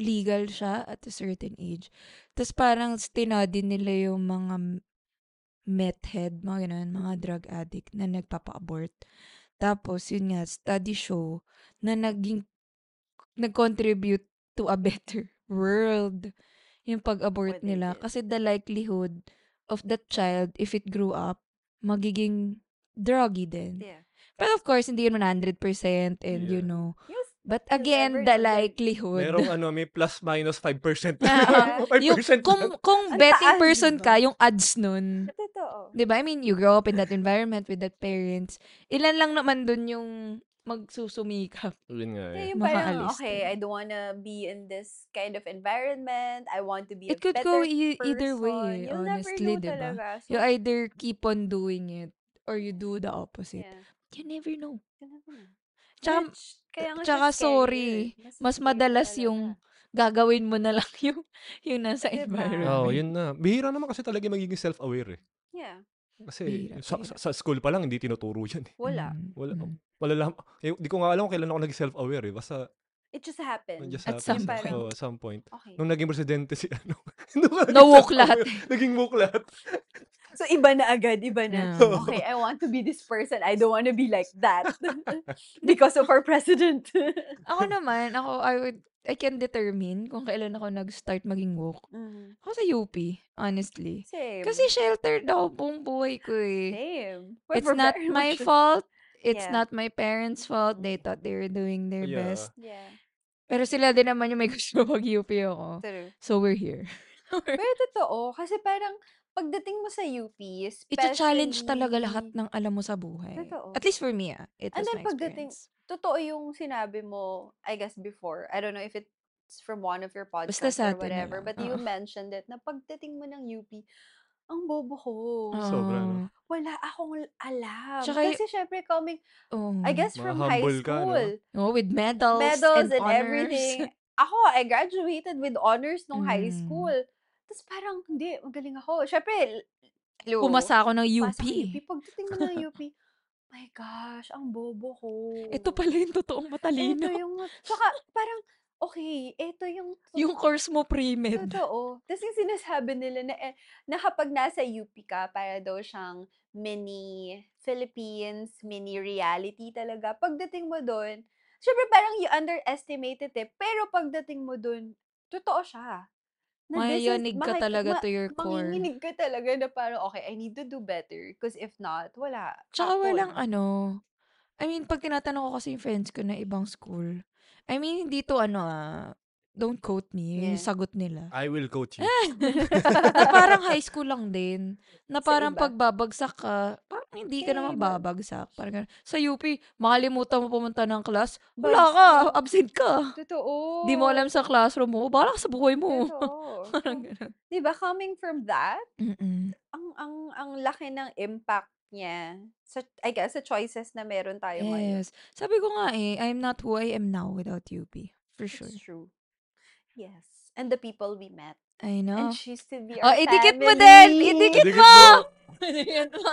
S4: legal siya at a certain age. Tapos parang stinady nila yung mga m- meth head, mga ganun, mga drug addict na nagpapa-abort. Tapos, yun nga, study show na naging, nag-contribute to a better world yung pag-abort
S3: What they
S4: nila.
S3: did.
S4: Kasi the likelihood of that child, if it grew up, magiging druggy din.
S3: yeah.
S4: But of course, hindi yun 100% and you
S2: Yeah.
S4: know.
S3: Yes.
S4: But
S3: You'll never
S4: again, the
S3: know din.
S4: likelihood.
S2: merong ano, may plus minus 5%.
S4: Ah,
S2: 5%
S4: yung,
S2: lang.
S4: kung, kung
S3: Ang
S4: betting
S3: taas,
S4: person
S3: diba?
S4: ka, yung odds nun.
S3: Totoo.
S4: 'di ba? I mean, you grow up in that environment with that parents. Ilan lang naman dun yung magsusumikap.
S2: Yun nga eh.
S3: Yeah, yung parang,
S4: Makaalis
S3: okay,
S4: din.
S3: I don't wanna be in this kind of environment. I want to be
S4: It
S3: a
S4: could go
S3: better
S4: e- either
S3: person.
S4: way, eh,
S3: You'll
S4: honestly,
S3: never know
S4: diba?
S3: talaga. So,
S4: You either keep on doing it or you do the opposite.
S3: yeah.
S4: You never know.
S3: You never know.
S4: Tsaka,
S3: Which, kaya nga siya
S4: tsaka
S3: scarier.
S4: sorry, mas
S3: scarier
S4: madalas
S3: talaga.
S4: yung gagawin mo na lang yung, yung nasa
S3: Diba?
S4: environment.
S2: Oh, yun na. Bihira naman kasi talaga magiging self-aware eh.
S3: Yeah.
S2: Kasi
S4: Bihira,
S2: sa, sa,
S4: bihira.
S2: sa school pa lang, hindi tinuturo yan eh.
S3: Wala.
S4: Mm,
S2: Wala,
S4: mm.
S2: wala lang. Eh, di ko nga alam kung kailan ako naging self-aware eh. Basta,
S3: It just happened.
S2: it just
S4: At
S2: happened.
S4: some
S2: eh.
S4: point.
S2: Oo, at some point.
S3: Okay.
S2: Nung naging presidente si ano. nung ako naging
S4: Nawok
S2: self-aware,
S4: lahat.
S2: naging muklat.
S3: So, iba na agad, iba na.
S4: Yeah.
S3: Okay, I want to be this person. I don't want to be like that. Because of our president.
S4: Ako naman, ako, I would, I can determine kung kailan ako nag-start maging woke.
S3: Mhm.
S4: Ako sa UP, honestly.
S3: Same.
S4: Mm. Kasi shelter daw buong buhay ko eh.
S3: Same. We're-
S4: It's
S3: we're
S4: not
S3: very
S4: my
S3: much-
S4: fault. It's
S3: Yeah.
S4: not my parents' fault. They thought they were doing their
S2: Yeah.
S4: best.
S3: Yeah.
S4: Pero sila din naman yung may gusto pag UP ako.
S3: True.
S4: So we're here.
S3: Pero totoo, kasi parang pagdating mo sa UP,
S4: It's a challenge talaga
S3: especially-
S4: lahat ng alam mo sa buhay.
S3: Totoo.
S4: At least for me, ah. It
S3: And
S4: was my
S3: then pagdating-
S4: experience.
S3: Totoo yung sinabi mo, I guess before. I don't know if it's from one of your podcasts
S4: Basta sa
S3: or
S4: atin na
S3: whatever,
S4: lang,
S3: but you
S4: oo.
S3: mentioned it na pagdating mo ng UP, ang bobo ko.
S2: Sobra, no?
S4: Oo.
S3: Wala akong alam.
S4: Tsaka y- Hmm,
S3: Kasi syempre coming,
S4: Oo.
S3: I guess
S2: Mga
S3: from high
S2: humble ka, no?
S3: school,
S4: Oo, Oh. with medals,
S3: medals and,
S4: honors.
S3: everything. Ako, I graduated with honors nung high
S4: Mm.
S3: school. Tapos parang, hindi, magaling ako. Syempre, l- hello.
S4: Pumasa ako ng UP.
S3: Pasa ka UP. Pagdating mo ng UP, my gosh, ang bobo ko.
S4: Ito pala yung totoong
S3: Ito
S4: matalino.
S3: yung, tsaka parang, okay, ito yung, to-
S4: Yung course mo pre-med.
S3: totoo. Tapos yung sinasabi nila na, eh, na kapag nasa UP ka, para daw siyang mini Philippines, mini reality talaga. Pagdating mo doon, syempre parang you underestimated it, pero pagdating mo doon, totoo siya. Na this is-
S4: Mayayanig ka
S3: makik-
S4: talaga
S3: ma-
S4: to your core.
S3: Manginginig ka talaga na parang, okay, I need to do better. Because if not, wala.
S4: Tsaka
S3: tapon.
S4: walang ano. I mean, pag tinatanong ko kasi yung friends ko na ibang school, I mean, hindi to ano ah, don't quote me, yun yung
S3: Yeah.
S4: sagot nila.
S2: I will coach you.
S4: Ah, na parang high school lang din. Na
S3: Sa
S4: parang
S3: iba.
S4: pagbabagsak ka, parang hindi ka
S3: Eh,
S4: naman
S3: ba-
S4: babagsak. Parang ganun. Sa UP, makalimutan mo pumunta ng class, wala ka,
S3: Bags ka.
S4: absent ka.
S3: Totoo.
S4: Di mo alam sa classroom mo, bahala ka sa buhay mo.
S3: Totoo.
S4: parang ganun.
S3: Di ba, coming from that,
S4: Mm-mm.
S3: ang ang ang laki ng impact niya sa I guess sa choices na meron tayo ngayon.
S4: Yes. Sabi ko nga eh, I'm not who I am now without UP. For sure.
S3: It's true. Yes. And the people we met.
S4: I know.
S3: And she used to be
S4: Oh,
S3: our
S4: idikit mo din!
S3: family.
S4: Idikit
S2: Idikit
S4: mo!
S2: mo!
S4: Idikit mo!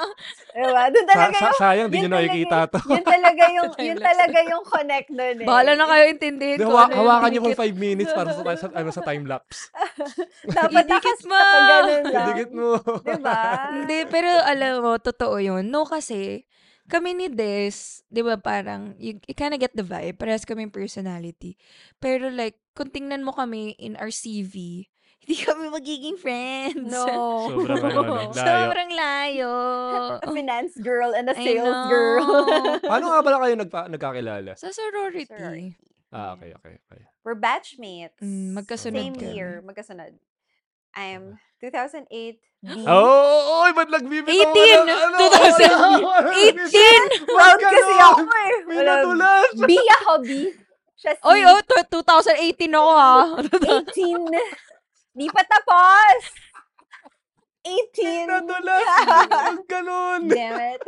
S3: Diba? Doon
S2: Sa-
S3: talaga
S2: sa-
S3: yung,
S2: sayang, di
S3: yun
S2: nyo nakikita
S3: talaga,
S2: to.
S3: yun talaga yung, yun
S4: Timelapse.
S3: talaga yung connect nun eh.
S4: Bahala na kayo intindihin
S2: Di,
S4: ko
S2: hawa-
S4: ano yung
S2: hawakan nyo for
S4: dinikit.
S2: 5 minutes para sa, sa, ano, sa time lapse.
S3: Dapat
S4: Idikit
S3: nakas-
S4: mo!
S3: nakaganon lang.
S2: Idikit mo.
S3: Diba?
S4: Hindi, pero alam mo, totoo yun. No, kasi, kami ni Des, di ba parang, you, you kinda get the vibe. Parehas kami personality. Pero like, kung tingnan mo kami in our CV, hindi kami magiging friends.
S3: No.
S2: Sobrang ano,
S4: eh.
S2: ano, la- Layo.
S4: Sobrang layo.
S3: a finance girl and a
S4: oh. I
S3: sales girl.
S4: know.
S2: Paano nga pala kayo nagpa- nagkakilala?
S4: Sa sorority.
S3: Sorority.
S2: Ah,
S3: Yeah.
S2: okay, okay. okay.
S3: We're batchmates.
S4: Mm, magkasunod
S3: Same
S4: kami.
S3: year, magkasunod. I'm 2008 B.
S2: Oh, oy, ba't nagbibitaw ka ng
S4: 18,
S2: ano? 2018!
S4: 2018!
S3: Proud kasi ako eh.
S2: ano, May
S3: Wala,
S2: natulas!
S3: B ako, B. Siya C.
S4: Oy, oh, to- 2018 ako ah.
S3: 18. Di pa tapos.
S2: May
S3: 18.
S2: natulas! Ang ganun!
S3: Damn it.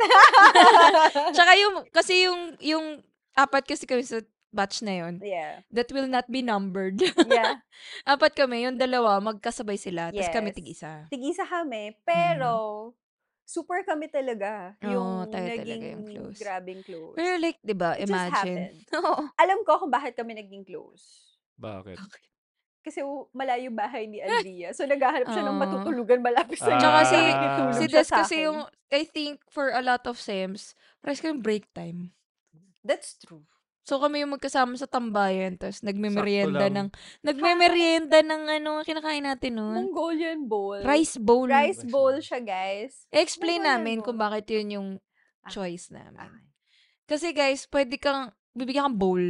S4: Tsaka yung, kasi yung, yung apat kasi kami sa batch na yun,
S3: yeah.
S4: that will not be numbered.
S3: Yeah.
S4: apat kami, yung dalawa, magkasabay sila, tapos kami
S3: Yes.
S4: tig-isa.
S3: Tig-isa kami, pero super kami talaga.
S4: Mm-hmm. Oo,
S3: Yung
S4: tayo talaga
S3: naging
S4: yung close.
S3: grabing close.
S4: Pero like, di ba,
S3: It just
S4: imagine.
S3: happened.
S4: Oo.
S3: Alam ko kung bakit kami naging close.
S2: Bakit?
S3: Kasi w- malayo bahay ni Andrea. So, naghahanap siya ng
S4: Oo.
S3: matutulugan malapit sa
S4: Eh. Ah. Tsaka si,
S2: Ah.
S4: si
S3: Tulog siya
S4: Des
S3: sa
S4: kasi
S3: akin.
S4: yung, I think for a lot of SEMs, parang kami break time.
S3: That's true.
S4: So kami yung magkasama sa tambayan, tapos nagme-merienda
S2: lang.
S4: ng nagme-merienda ng ano kinakain natin noon.
S3: Mongolian bowl.
S4: Rice bowl.
S2: Rice
S3: Rice
S2: bowl.
S3: bowl siya, guys.
S4: Explain
S3: Mongolian
S4: namin
S3: bowl.
S4: kung bakit 'yun yung
S3: Ah,
S4: choice namin.
S3: Okay.
S4: Kasi guys, pwede kang bibigyan kang bowl.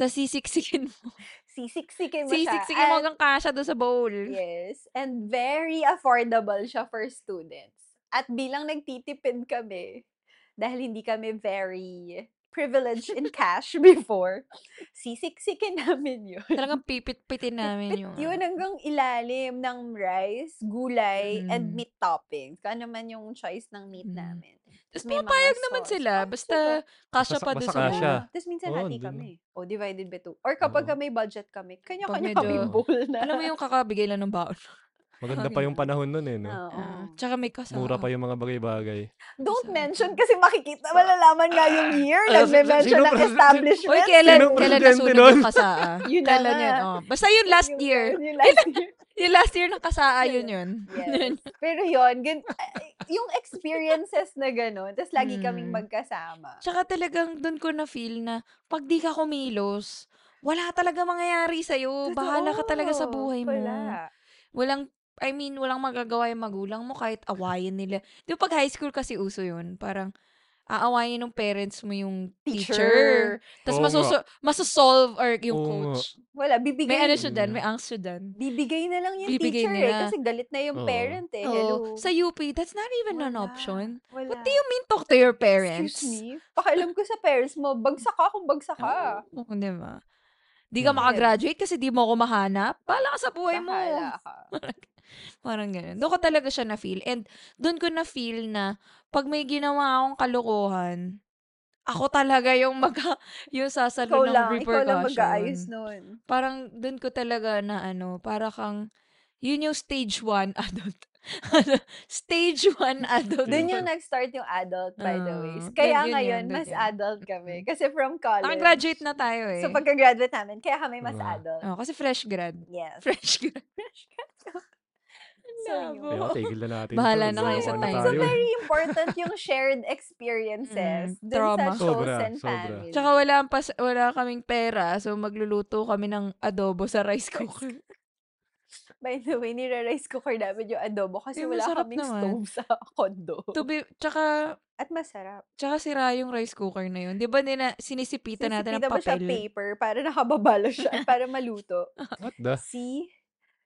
S4: Tapos sisiksikin mo.
S3: Sisiksikin mo siya.
S4: Sisiksikin mo
S3: And-
S4: hanggang kasha doon sa bowl.
S3: Yes. And very affordable siya for students. At bilang nagtitipid kami, dahil hindi kami very privileged in cash before, sisiksikin namin yun.
S4: Talagang pipit-pitin namin
S3: Pit
S4: yung
S3: yun
S4: ano.
S3: hanggang ilalim ng rice, gulay, and
S4: Mm.
S3: meat toppings. Kung ano man yung choice ng meat
S4: Mm.
S3: namin.
S4: Tapos
S3: May mga
S4: pumapayag naman
S3: sauce.
S4: sila.
S3: Ah,
S4: Basta
S3: sila.
S4: kasha
S2: Basta-
S4: pa doon
S2: basta
S4: sa bowl.
S2: kasha.
S3: Tapos minsan
S2: Ah, Oo,
S3: hati
S2: andun na.
S3: kami. Oh, O, divided by two. Or kapag
S2: Oo.
S3: may budget kami,
S4: Pag
S3: kanya-kanya kami
S4: medyo,
S3: bowl na.
S4: alam mo yung kakabigay lang ng baon.
S2: Maganda pa yung panahon nun eh, no?
S3: Oo.
S4: Ah, tsaka may kasa.
S2: Mura pa yung mga bagay-bagay.
S4: Sa-
S3: Don't mention kasi makikita, malalaman nga yung year.
S2: Ah, si- si-
S3: Nagme-mention
S2: sino
S3: ng
S2: presi- si-
S4: Uy,
S3: establishment.
S4: kailan,
S2: Sinong
S4: kailan
S2: presidente
S4: nasunog
S2: nun?
S4: yung kasaa?
S3: Yun na
S4: kailan
S3: nga.
S4: yun? Oh. Basta yun last
S3: Yung-
S4: year.
S3: Yung last year.
S4: Yung last year ng kasaa, yun yun.
S3: Yes. Pero yun, gan- ay, yung experiences na gano'n, tapos lagi kaming
S2: Hmm.
S4: Mm.
S3: magkasama.
S4: Tsaka talagang doon ko na-feel na pag di ka kumilos, wala talaga mangyayari sa'yo. Bahala ka talaga sa
S3: Totoo,
S4: buhay mo.
S3: Wala.
S4: Walang, I mean, walang magagawa yung magulang mo kahit awayin nila. Di ba pag high school kasi uso yun? Parang, aawayin ng parents mo yung teacher.
S3: Teacher.
S4: Tapos
S2: Oo nga.
S4: masuso- masusolve or yung
S2: Oo
S4: coach.
S3: Wala, bibigay.
S4: May ano siya dun,
S2: Mm.
S4: may angst siya dun.
S3: Bibigay na lang yung
S4: Bibigay
S3: teacher eh.
S4: nila.
S3: Kasi galit na yung
S2: Oo.
S3: parent eh.
S4: Oo.
S3: Hello.
S4: Sa UP, that's not even an
S3: Wala.
S4: option.
S3: Wala.
S4: What do you mean talk to your parents?
S3: Excuse me? Pakialam ko sa parents mo, bagsak ka kung bagsak ka.
S4: Oo, di ba? Di ka
S2: Mm.
S4: makagraduate kasi di mo ako mahanap. Bahala ka sa buhay mo.
S3: Bahala ka.
S4: Parang ganun. Doon ko talaga siya na-feel. And doon ko na-feel na pag may ginawa akong kalokohan, ako talaga yung mag yung sasalo
S3: Ikaw
S4: ng
S3: lang, ikaw
S4: Ano repercussion.
S3: lang mag-aayos nun.
S4: Parang doon ko talaga na ano, para kang yun yung stage 1 adult. Ano? stage 1 adult.
S3: Doon yung nag-start yung adult, by the way.
S4: Ah,
S3: Kaya
S4: dun yun
S3: ngayon,
S4: yun, dun
S3: mas
S4: yun. Mm.
S3: adult kami. Kasi from college.
S4: Nakagraduate na tayo eh.
S3: So, pagka-graduate namin, kaya kami mas
S2: Ah.
S3: adult.
S4: Oh, kasi fresh grad.
S3: Yes.
S4: Fresh grad.
S3: so,
S4: Labo.
S3: yun.
S2: Pero tigil na natin.
S4: Bahala
S2: to.
S4: na kayo sa
S2: Nagawa
S4: time.
S3: So,
S4: Tayo.
S3: very important yung shared experiences
S4: Mm,
S3: dun
S4: trauma.
S3: sa
S2: Sobra,
S3: chosen
S2: sobra.
S3: family.
S4: Tsaka wala, ang pas- wala kaming pera, so magluluto kami ng adobo sa rice cooker.
S3: By the way, nire-rice cooker namin yung adobo kasi
S4: Eh,
S3: wala
S4: masarap
S3: kaming
S4: naman.
S3: stove sa condo.
S4: to be, tsaka,
S3: At masarap.
S4: tsaka sira yung rice cooker na yun. Di ba nina, sinisipitan natin ng
S3: Sinisipitan mo siya
S4: papel?
S3: paper para nakababala siya, para maluto.
S2: What the?
S3: See?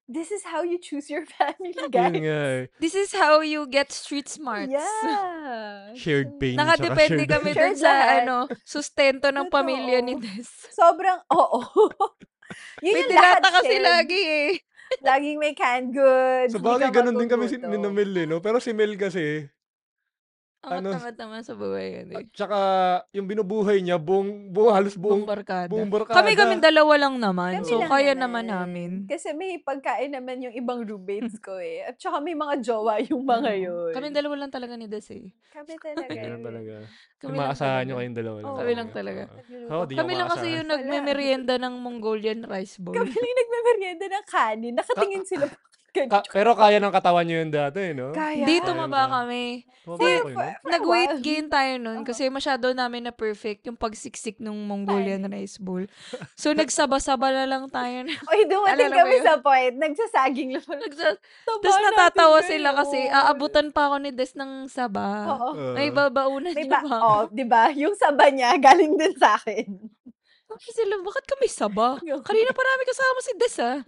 S3: This is how you choose your family,
S2: Ah. Yun
S3: guys.
S2: nga eh.
S4: This is how you get street smarts.
S3: Yeah.
S2: Shared
S3: So,
S2: pain. tsaka
S4: Nakadepende
S2: shared-
S4: kami
S3: Sure
S4: dun sa,
S3: lahat.
S4: ano, sustento ng
S3: Totoo.
S4: pamilya ni Des.
S3: Sobrang, oo. Yun
S4: May
S3: yung lahat
S4: dilata kasi
S3: shared.
S4: lagi eh.
S3: Laging may canned goods.
S2: Sa
S3: hindi
S2: bagay,
S3: ka
S2: ganun din kami si,
S3: magugutom.
S2: ni na Mel eh, no? Pero si Mel kasi,
S4: Ang
S2: Ano?
S4: tamad naman sa buhay yun eh.
S2: at tsaka yung binubuhay niya, buong, buong halos buong,
S4: Buong barkada.
S2: buong barkada.
S4: Kami kami dalawa lang naman.
S3: Kami
S4: so,
S3: lang
S4: kaya naman namin.
S3: Kasi may pagkain naman yung ibang roommates ko eh. At saka may mga jowa yung
S2: Mm.
S3: mga
S4: Oo.
S3: yun.
S4: Kami dalawa lang talaga ni Des eh.
S3: Kami talaga
S2: Ganun
S3: yun.
S2: talaga.
S4: Kami
S2: Yung maasahan nyo
S4: talaga.
S2: kayong dalawa lang.
S3: Oo.
S4: Kami lang talaga.
S2: Oo.
S3: Nagluluto
S2: Oo, di
S3: kami.
S4: Kami lang kasi
S2: umaasahan.
S4: yung
S3: Wala.
S4: nagme-merienda ng Mongolian rice bowl.
S3: Kami lang nagmemerienda ng kanin. Nakatingin sila.
S2: Ka- pero kaya ng katawan nyo yun dati, eh, no?
S3: Kaya.
S4: Hindi
S2: Kaya
S4: tumaba
S2: ba?
S4: kami.
S2: Tumaba
S4: Hindi,
S2: kayo, no?
S3: For a
S4: nag-weight
S3: while.
S4: gain tayo nun
S3: Oo.
S4: kasi masyado namin na perfect yung pagsiksik ng Mongolian rice bowl. So, nagsaba-saba na lang tayo. Na,
S3: Oy,
S4: Alala
S3: dumating
S4: mo
S3: kami
S4: yun?
S3: sa point. Nagsasaging lang.
S4: nagsa-
S3: Taba
S4: Tapos
S3: natin
S4: natatawa sila
S3: ngayon.
S4: kasi aabutan pa ako ni Des ng saba.
S3: Oo.
S2: Oo.
S4: May babaunan
S3: oh, May
S4: niya
S3: ba?
S4: ba?
S3: Oh, di ba? Yung saba niya, galing din sa akin.
S4: Sabi sila, bakit kami saba? Kanina parami kasama si Des ah.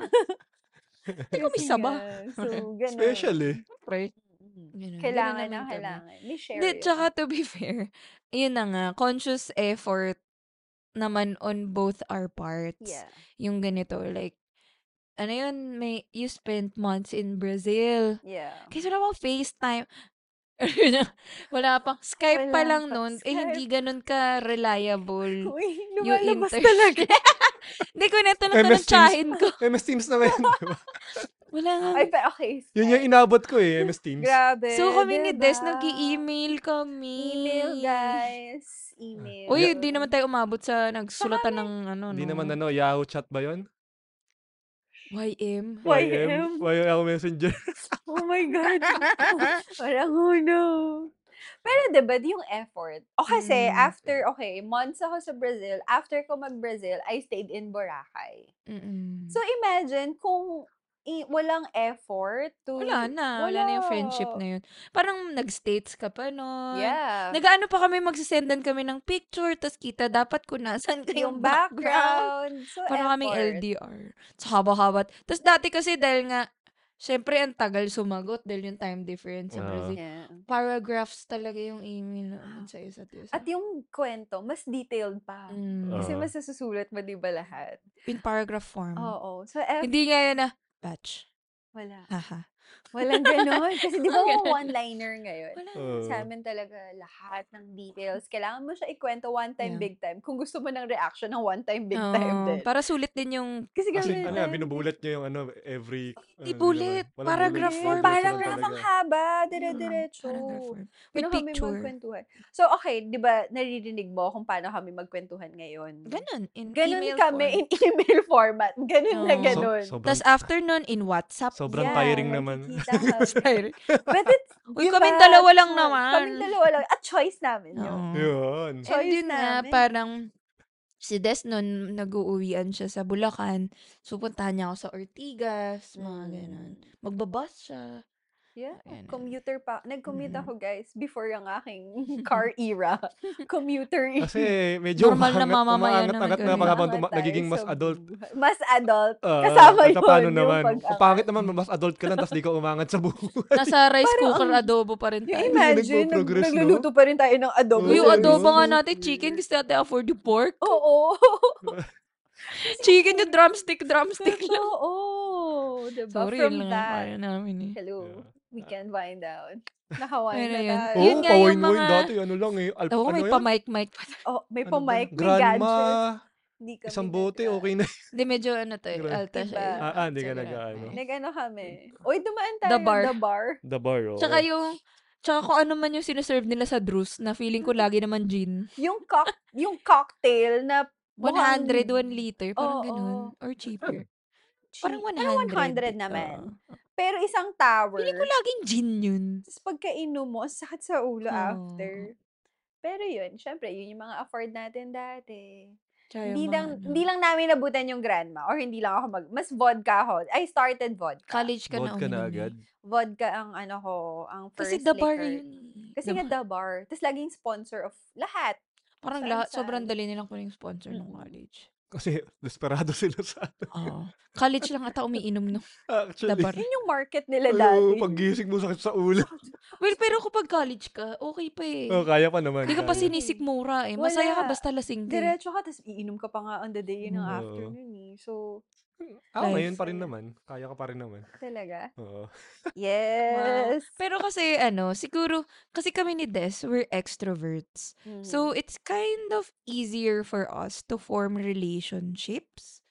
S4: Hindi kami
S3: Kasi
S4: saba.
S3: nga, So, ganun.
S2: Special eh.
S4: Right?
S3: Mm.
S4: Ganun.
S3: Kailangan
S4: Ganun
S3: na
S4: naman kami.
S3: kailangan. May share
S4: Hindi,
S3: yun.
S4: tsaka to be fair, yun na nga, conscious effort naman on both our parts.
S3: Yeah.
S4: Yung ganito, like, ano yun, may, you spent months in Brazil.
S3: Yeah.
S4: Kasi wala pang FaceTime. wala pang Skype pa
S3: Wala
S4: lang
S3: pa,
S4: nun. Eh,
S3: Skype.
S4: hindi ganun ka reliable.
S3: Uy,
S4: yung
S3: lumalabas
S4: inter-
S3: talaga.
S4: Hindi ko neto na to
S2: MS
S4: ng tsahin ko.
S2: MS Teams na ngayon, di ba?
S4: Wala nga.
S3: Ay, pero okay.
S2: Yun yung
S3: Skype.
S2: inabot ko eh, MS Teams.
S3: Grabe.
S4: So kami ni Des,
S3: diba?
S4: nag-i-email kami.
S3: Email, guys. Email.
S4: Uy, di naman tayo umabot sa nagsulatan ng ano,
S2: Hindi
S4: no?
S2: naman ano, Yahoo chat ba yun?
S4: YM.
S3: YM.
S2: YM Messenger.
S3: Oh my God. Parang, oh no. Pero diba, di yung effort. O kasi,
S4: Mm.
S3: after, okay, months ako sa Brazil, after ko mag-Brazil, I stayed in Boracay.
S4: Mm-mm.
S3: So, imagine kung i- walang effort to...
S4: wala na. Wala na yung friendship
S3: Wala.
S4: na yun. Parang nag-states ka pa nun.
S3: Yeah.
S4: Nag-ano pa kami, magsisendan kami ng picture, tas kita dapat kung nasan ka yung
S3: yung
S4: background.
S3: background. So,
S4: Para kaming
S3: effort.
S4: LDR. Sa haba-haba. Tas dati kasi dahil nga, syempre ang tagal sumagot dahil yung time difference sa
S2: Oo.
S4: Brazil.
S3: Yeah. Ah.
S4: Paragraphs talaga yung email namin sa isa't isa.
S3: At Oh. yung kwento, mas detailed pa.
S4: Mm.
S2: Ah.
S3: Kasi
S2: Oo.
S3: mas nasusulat mo, di ba, lahat?
S4: in paragraph form.
S3: Oo. So,
S4: Mm.
S3: effort.
S4: Hindi nga yun na, batch.
S3: Wala.
S4: Haha.
S3: Walang ganon. Kasi di ba
S4: Walang
S3: mga
S4: ganon.
S3: one-liner ngayon?
S4: Wala.
S2: Oo.
S3: Sa amin talaga lahat ng details. Kailangan mo siya ikwento one time,
S4: Yeah.
S3: big time. Kung gusto mo ng reaction ng one time, big
S4: Oo,
S3: time din.
S4: Oh, Para sulit din yung
S3: Kasi
S2: Kasi
S3: gano'n
S2: ano,
S4: eh,
S3: time.
S2: binubulat niya yung ano, every... ano,
S4: Hindi
S2: di
S4: bullet,
S2: naman. Walang
S4: paragraph
S3: "Hmm,
S2: bullet,
S4: form.
S2: Paragraph
S3: parang
S2: lang
S3: graph ang
S2: talaga.
S3: haba,
S4: Paragraph
S3: dire-diretso.
S4: form. With
S3: Paano Ah, kami
S4: eh, picture.
S3: magkwentuhan? So, okay, di ba, naririnig mo kung paano kami magkwentuhan ngayon?
S4: Ganun, in
S3: Ganun
S4: email
S3: kami
S4: form.
S3: in email format. Ganun na
S4: Oo.
S2: So,
S3: ganun.
S2: sobrang,
S4: Tapos after nun, in WhatsApp.
S2: sobrang
S3: Yeah,
S2: tiring naman.
S3: magkikita kami.
S4: Sorry.
S3: But it's,
S4: Uy,
S3: diba,
S4: kaming dalawa lang
S3: choice. Kaming
S4: naman.
S3: dalawa lang. At choice namin yun.
S4: Oo.
S2: Yun.
S4: And
S3: Choice
S4: yun nga,
S3: namin.
S4: parang si Des nun, nag-uuwian siya sa
S3: Hmm.
S4: Bulacan. So, puntahan niya ako sa Ortigas, mga ganun.
S3: Mm.
S4: Magbabas siya.
S3: Yeah.
S4: Ayan, ayan.
S3: Commuter pa. Nag-commute
S4: Mm.
S3: ako, guys, before yung aking car era. Commuter era.
S2: Kasi medyo
S4: Normal
S2: umaangat-
S4: na mamamayan
S2: umaangat-angat
S4: naman
S2: na
S4: ganun.
S2: pag habang
S3: Tama
S2: tuma-
S3: eh. tayo
S2: nagiging mas
S3: sa
S2: adult.
S3: buhay. Mas adult.
S2: Ah,
S3: Kasama
S2: at
S3: yun,
S2: paano
S3: yung
S2: naman?
S3: pag-angat.
S2: Ang pangit naman, mas adult ka lang, tapos di ka umangat sa buhay.
S4: Nasa rice
S3: Parang
S4: cooker
S3: ang-
S4: adobo pa rin
S3: Yung
S4: tayo.
S3: imagine, nag-
S2: nagpo-progress, no?
S3: nagluluto pa rin tayo ng adobo.
S2: Uy,
S4: Yung
S3: service.
S4: adobo nga natin, chicken, kasi natin afford yung pork.
S3: Oo.
S4: Chicken yung drumstick, drumstick lang.
S3: Oo. Diba?
S4: Sorry,
S3: From
S4: yun lang ang
S3: that.
S4: kaya namin eh.
S3: Hello.
S2: Yeah. Oh,
S3: We can wind down. Nakawind
S4: Ayun
S3: na
S4: na yun.
S3: tayo.
S2: Oo,
S4: Yun nga yung
S2: pawain-wain
S4: mga-
S2: dati. Ano lang eh. Al-
S4: Ewan ko,
S2: ano
S4: may
S2: yan?
S4: pa-mic-mic pa.
S3: Oh, may
S2: Ano
S3: pa
S2: ba?
S3: mic, may
S2: Grandma,
S3: gadget. Hindi kami
S2: isang bote,
S3: nag-
S2: okay na.
S4: Hindi, medyo ano to eh,
S2: Grabe.
S4: alta siya.
S3: Diba?
S2: Ah,
S4: eh.
S2: ah, hindi ka
S4: Sorry,
S2: nag-
S4: alta
S2: ano.
S4: eh.
S3: Nag-ano kami. Uy, dumaan tayo.
S4: The bar.
S3: The bar.
S2: The bar, oo.
S4: Tsaka yung, tsaka kung ano man yung sinaserve nila sa Drews, na feeling ko lagi naman gin.
S3: Yung, cock, yung cocktail na
S4: 100,
S3: mukhang
S4: 1 liter, parang
S3: Oo,
S4: ganun.
S3: oo.
S4: Or cheaper.
S3: cheap.
S4: Parang 100.
S3: Parang 100
S4: Oo.
S3: naman. Pero isang tower.
S4: Feeling ko laging gin yun.
S3: Tapos pagkainom mo, ang sakit sa
S4: Oo.
S3: ulo after. Pero yun, syempre, yun yung mga afford natin dati.
S4: Tsaka yung
S3: Hindi
S4: mga
S3: lang,
S4: ano.
S3: hindi lang namin nabutan yung grandma. Or hindi lang ako mag... Mas vodka ako. I started vodka.
S4: College ka na
S2: Vodka na
S4: uminom eh.
S2: agad.
S3: Vodka ang ano ko, ang first
S4: Kasi the bar
S3: liquor.
S4: yun. eh.
S3: Kasi
S4: The Ah.
S3: nga the bar. Tapos laging sponsor of lahat.
S4: Parang
S3: Saan,
S4: lahat, sobrang
S3: saan?
S4: dali nilang kunin yung sponsor ng
S3: Mm.
S4: college.
S2: Kasi desperado sila sa
S4: Oo. college lang ata umiinom no. The
S2: Actually.
S4: bar.
S3: Yun yung market nila
S2: Ayo,
S3: dati.
S2: paggising mo sakit sa ulo.
S4: Well, pero kapag college ka, okay pa eh.
S2: Oh, kaya pa naman.
S4: Hindi ka pa
S2: kaya.
S4: sinisikmura eh. Masaya ka
S3: Wala.
S4: basta lasing ka eh.
S3: Diretso ka, tapos iinom ka pa nga on the day ng
S4: Mm.
S2: Oo.
S3: afternoon eh. So,
S2: Ah,
S4: Life.
S2: ngayon pa rin naman. Kaya ka pa rin naman.
S3: talaga.
S2: Oo.
S4: Wow.
S3: Yes!
S4: Pero kasi ano, siguro, kasi kami ni Des, we're extroverts.
S3: Mhm.
S4: So, it's kind of easier for us to form relationships.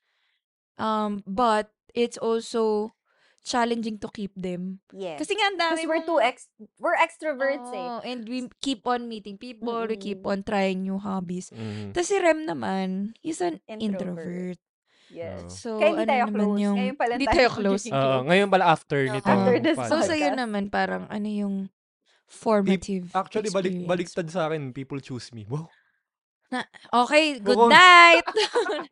S4: Um, but, it's also challenging to keep them.
S3: Mm-hmm. yes.
S4: Kasi nga, ang dami Ah.
S3: Because we're
S4: mong-
S3: too ex we're extroverts eh.
S4: Oo, And we keep on meeting people, we keep
S3: Mm-mm.
S4: on trying new hobbies.
S2: Mm.
S4: Tapos si Rem naman, he's an
S3: Introvert.
S4: introvert.
S2: Oo.
S3: Yes.
S4: So,
S3: Kaya hindi
S4: ano
S3: tayo
S4: naman
S3: close.
S4: yung...
S3: Ngayon pala
S4: hindi
S3: tayo
S4: tayo close.
S3: magiging
S2: Oo, ngayon pala after
S3: Oo.
S2: nitong
S4: After
S3: this
S4: So,
S2: podcast.
S4: sa'yo
S3: podcast.
S4: naman, parang ano yung formative
S2: Actually, balik,
S4: experience?
S2: baliktad sa akin. People choose me. Wow.
S4: Okay, good
S2: Oo.
S4: night!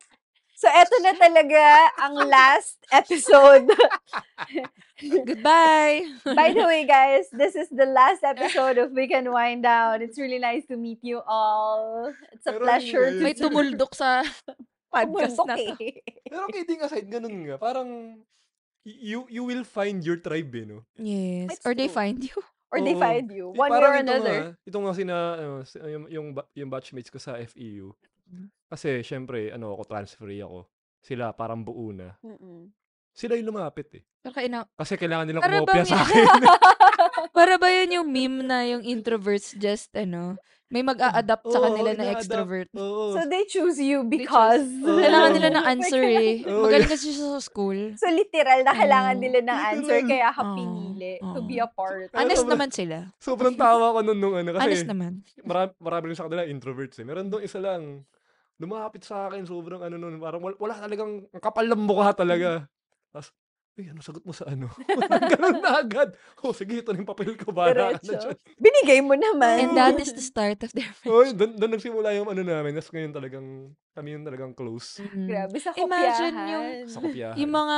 S3: So, eto na talaga ang last episode.
S4: Goodbye!
S3: By the way, guys, this is the last episode of We Can Wind Down. It's really nice to meet you all. It's a
S2: Pero
S3: pleasure
S2: anyway,
S4: May
S3: to
S4: tumuldok sa podcast
S3: Tumulbok
S4: na to.
S3: eh.
S2: Pero kidding aside, ganun nga. Parang, y- you you will find your tribe, eh, no?
S4: Yes.
S3: It's
S4: Or they
S3: true.
S4: find you.
S3: Or they
S2: Oo.
S3: find you.
S2: Eh,
S3: One way
S2: parang
S3: or
S2: ito
S3: another.
S2: Nga, ito nga sina, ano, si- yung, yung, ba- yung batchmates ko sa FEU.
S3: Mm.
S4: Mhm.
S2: Kasi, syempre, ano ako, transferee ako. Sila, parang buo na.
S3: Mm-mm.
S2: Sila yung lumapit eh.
S4: Pero kayo na-
S2: Kasi kailangan nilang
S4: Para
S2: kumopya
S4: bang-
S2: sa akin. eh.
S4: Para ba yun yung meme na yung introverts just ano, may mag-a-adapt sa
S2: Oo,
S4: kanila na
S2: ina-adapt.
S4: extrovert.
S2: Oo.
S3: So they choose you
S4: They choose-
S3: because...
S2: Oo.
S4: Kailangan nila ng
S3: Oh my
S4: answer
S3: God.
S4: eh.
S2: Oo,
S4: Magaling kasi siya sa school.
S3: So literal na kailangan
S4: Oo.
S3: nila ng answer
S2: Literal.
S3: kaya ka
S4: Oo.
S3: pinili to
S4: Oo.
S3: be a part.
S2: Pero
S4: Honest
S2: sobrang-
S4: naman sila.
S2: Sobrang tawa ko nun nung ano.
S4: Honest
S2: Kasi
S4: naman.
S2: marami, marami rin sa kanila introverts eh. Meron doon isa lang. Lumapit sa akin. Sobrang ano nun. Parang wala, wala talagang, ang kapal ng mukha
S3: Mm.
S2: talaga. Tapos, Uy, ano sagot mo sa ano? Ganun na agad. Oh, sige, ito na yung papel ko. Bahala ka na
S3: Diretso.
S2: dyan.
S3: Binigay mo naman.
S4: And that is the start of their
S2: Uy,
S4: friendship.
S2: doon, doon Oh, nagsimula yung ano namin. Tapos ngayon talagang, kami yung talagang close.
S4: Mm.
S3: Grabe sa kopyahan.
S4: Imagine yung-
S2: Sa kopyahan.
S4: Yung mga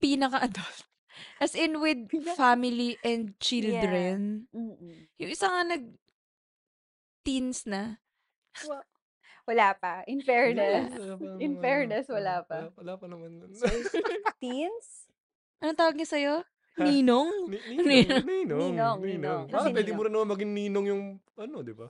S4: pinaka-adult. As in with
S3: Pinaka-
S4: family and children.
S3: Mm-mm.
S4: Yung isa nga nag teens na.
S3: Wa- Wala pa. In fairness.
S2: Wala pa
S3: In
S2: naman,
S3: fairness,
S2: ano,
S3: wala pa.
S2: Wala, wala pa naman.
S3: So, teens?
S4: Anong Ano tawag niya sa'yo?
S2: Ha?
S4: Ninong?
S2: Ni- Ninong. Ninong.
S3: Ninong,
S2: Ninong.
S3: ninong.
S2: Baka
S3: Kasi
S2: pwede mo
S3: ninong.
S2: rin naman maging ninong yung, ano, di ba?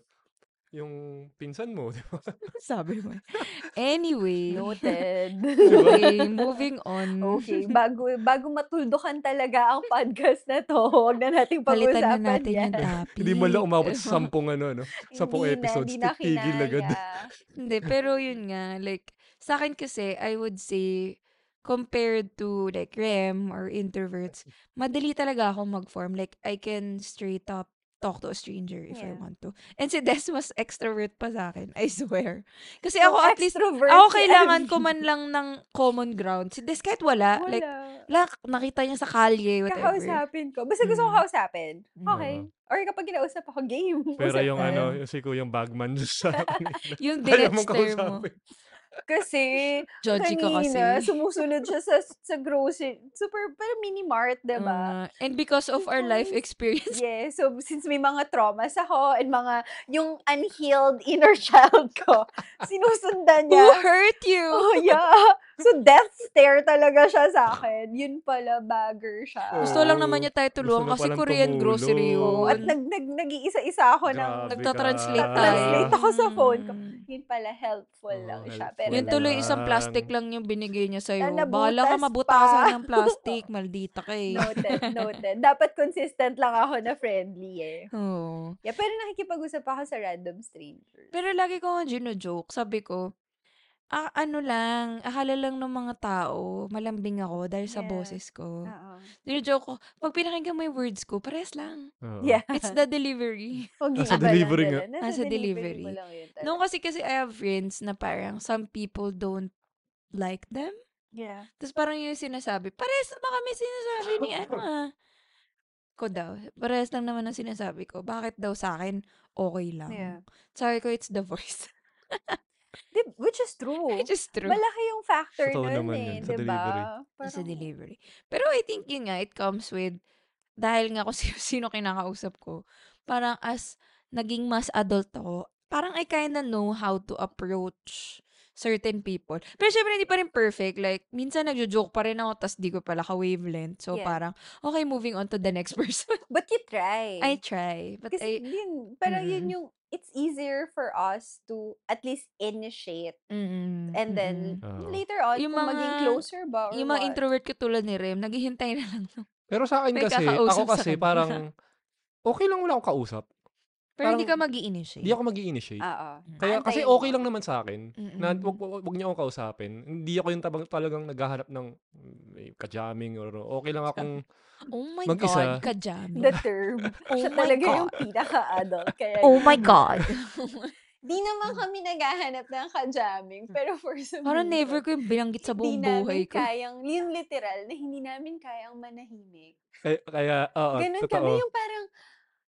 S2: Yung pinsan mo, di ba?
S4: Sabi mo. eh. Anyway.
S3: Noted.
S4: Okay, moving on.
S3: Okay, bago bago matuldukan talaga ang podcast na to, huwag na nating
S4: Palitan
S3: pag-usapan
S4: na natin
S3: yan.
S4: yung topic.
S2: Hindi mo lang umabot sa sampung, ano, ano, sampung
S3: Hindi na,
S2: episodes.
S3: Hindi na
S2: titigil agad.
S3: kinaya.
S4: Hindi, pero yun nga, like, sa akin kasi, I would say, compared to, like, REM or introverts,
S3: Mm.
S4: madali talaga ako mag-form. Like, I can straight up talk to a stranger if I
S3: Yeah.
S4: want to. And si Des mas extrovert pa sa akin, I swear. Kasi
S3: So,
S4: ako, at least,
S3: extrovert
S4: ako
S3: si
S4: kailangan
S3: Abby.
S4: ko man lang ng common ground. Si Des kahit wala,
S3: Wala.
S4: like, lak, nakita niya sa kalye, whatever.
S3: Kakausapin ko. Basta gusto ko
S4: Mm.
S3: kausapin. Okay. Or kapag kinausap ako, game.
S2: Pero
S3: Usap
S2: yung
S4: tayo.
S3: Ah.
S2: ano, yung si Kuyang Bagman dun sa kanila.
S4: Yung
S2: Kaya mong
S4: dinetster mo.
S2: kausapin.
S3: Kasi,
S4: Judgy ka kasi.
S3: kanina, sumusunod siya sa, sa grocery, super, pero mini mart,
S4: Oo
S3: diba?
S4: nga. Ah, and because of our life
S3: Sometimes-
S4: experience,
S3: Yeah, so since may mga traumas ako and mga, yung unhealed inner child ko, sinusundan
S4: who
S3: niya.
S4: hurt you?
S3: Oh, yeah. So, death stare talaga siya sa akin. Yun pala, bagger siya.
S4: Gusto lang naman
S2: Oo.
S4: niya tayo tulungan
S2: Gusto na
S4: kasi
S2: palang
S4: Korean grocery
S2: tumulong.
S4: yun.
S3: Oo, at nag, nag, nag-iisa-isa ako ng,
S2: Grabe.
S4: Nagtatranslate
S2: ka.
S4: tayo.
S3: Translate ako sa phone ko.
S4: Mm.
S3: yun pala, helpful
S2: Oo,
S3: lang siya.
S2: helpful
S3: Pero
S4: Yun
S2: Wala
S4: tuloy
S2: lang.
S4: isang plastic lang yung binigay niya sa'yo.
S3: Sana
S4: Bahala ka
S3: butas
S4: mabutasan
S3: pa.
S4: ng plastic. Maldita ka eh.
S3: Noted, noted. Dapat consistent lang ako na friendly eh.
S4: Oo.
S3: Yeah, pero nakikipag-usap ako sa random strangers.
S4: Pero lagi ko nga gino-joke. Sabi ko, ah, ano lang, akala lang ng mga tao, malambing ako dahil sa
S3: Yeah.
S4: boses ko.
S3: Oo.
S4: Dino-joke ko, pag pinakinggan mo yung words ko, pares lang.
S2: Oo.
S3: Yeah.
S4: It's the delivery.
S3: Pogi
S2: Nasa
S3: ka lang
S2: delivery nga.
S3: dala. Nasa
S4: Nasa
S3: delivery. mo
S4: delivery.
S3: lang yun talaga.
S4: No, kasi kasi I have friends na parang some people don't like them.
S3: Yeah.
S4: Tapos parang yun yung sinasabi, pares na ba kami sinasabi ni ano ah. Ko daw. Pares lang naman ang sinasabi ko. Bakit daw sa akin, okay lang.
S3: Yeah.
S4: Sabi ko, it's the voice.
S3: Di- which is true.
S4: Which is true.
S3: Malaki yung factor
S2: Totoo
S3: nun
S2: naman
S3: eh.
S2: yun, sa
S3: diba?
S2: delivery.
S4: Sa
S3: Parang-
S4: delivery. Pero I think yun nga, it comes with, dahil nga kung sino, sino kinakausap ko, parang as naging mas adult ako, parang I kinda know how to approach certain people. Pero syempre, hindi pa rin perfect. Like, minsan nagjo-joke pa rin ako, tas di ko pala ka-wavelength. So,
S3: Yeah.
S4: parang, okay, moving on to the next person.
S3: But you try.
S4: I try. But
S3: Kasi
S4: I, Mm-hmm.
S3: yun, parang yun
S4: Mm-mm.
S3: yung, it's easier for us to at least initiate
S4: mm
S3: and then
S2: Mm-mm. Oo.
S3: later on,
S4: Yung
S3: kung maging
S4: mga-
S3: closer ba or
S4: Yung mga
S3: what.
S4: introvert ko tulad ni Rem, naghihintay na lang. nung-
S2: Pero sa akin
S4: May
S2: kasi,
S4: kakausap
S2: ako
S4: sa
S2: kasi
S4: kanya.
S2: parang, okay lang wala akong kausap.
S4: Pero hindi ka
S2: Parang-
S4: mag initiate
S2: Hindi ako mag initiate
S3: Oo.
S2: Kaya kasi okay
S3: Aantayin Ah, mo. Mm-hmm.
S2: lang naman sa akin. Na
S4: Mm-mm.
S2: wag, wag, wag niyo akong kausapin. Hindi ako yung tabang talagang naghahanap ng mm, ka-jamming or okay lang akong
S4: Oh my
S2: Mag-isa.
S4: God, ka-jamming.
S3: The term.
S4: Oh
S3: Siya
S4: my
S3: talaga
S4: God.
S3: yung pinaka-adult. Kaya
S4: Oh God. Mm.
S3: Di naman kami naghahanap ng ka-jamming. Pero for some
S4: Parang
S3: reason,
S4: never ko yung binanggit sa
S3: Mm. hindi
S4: buong
S3: namin
S4: buhay ko.
S3: kayang, yung literal, na hindi namin kayang manahimik.
S2: kaya, kaya oo,
S3: Ganon
S2: Ah, totoo.
S3: kami yung parang,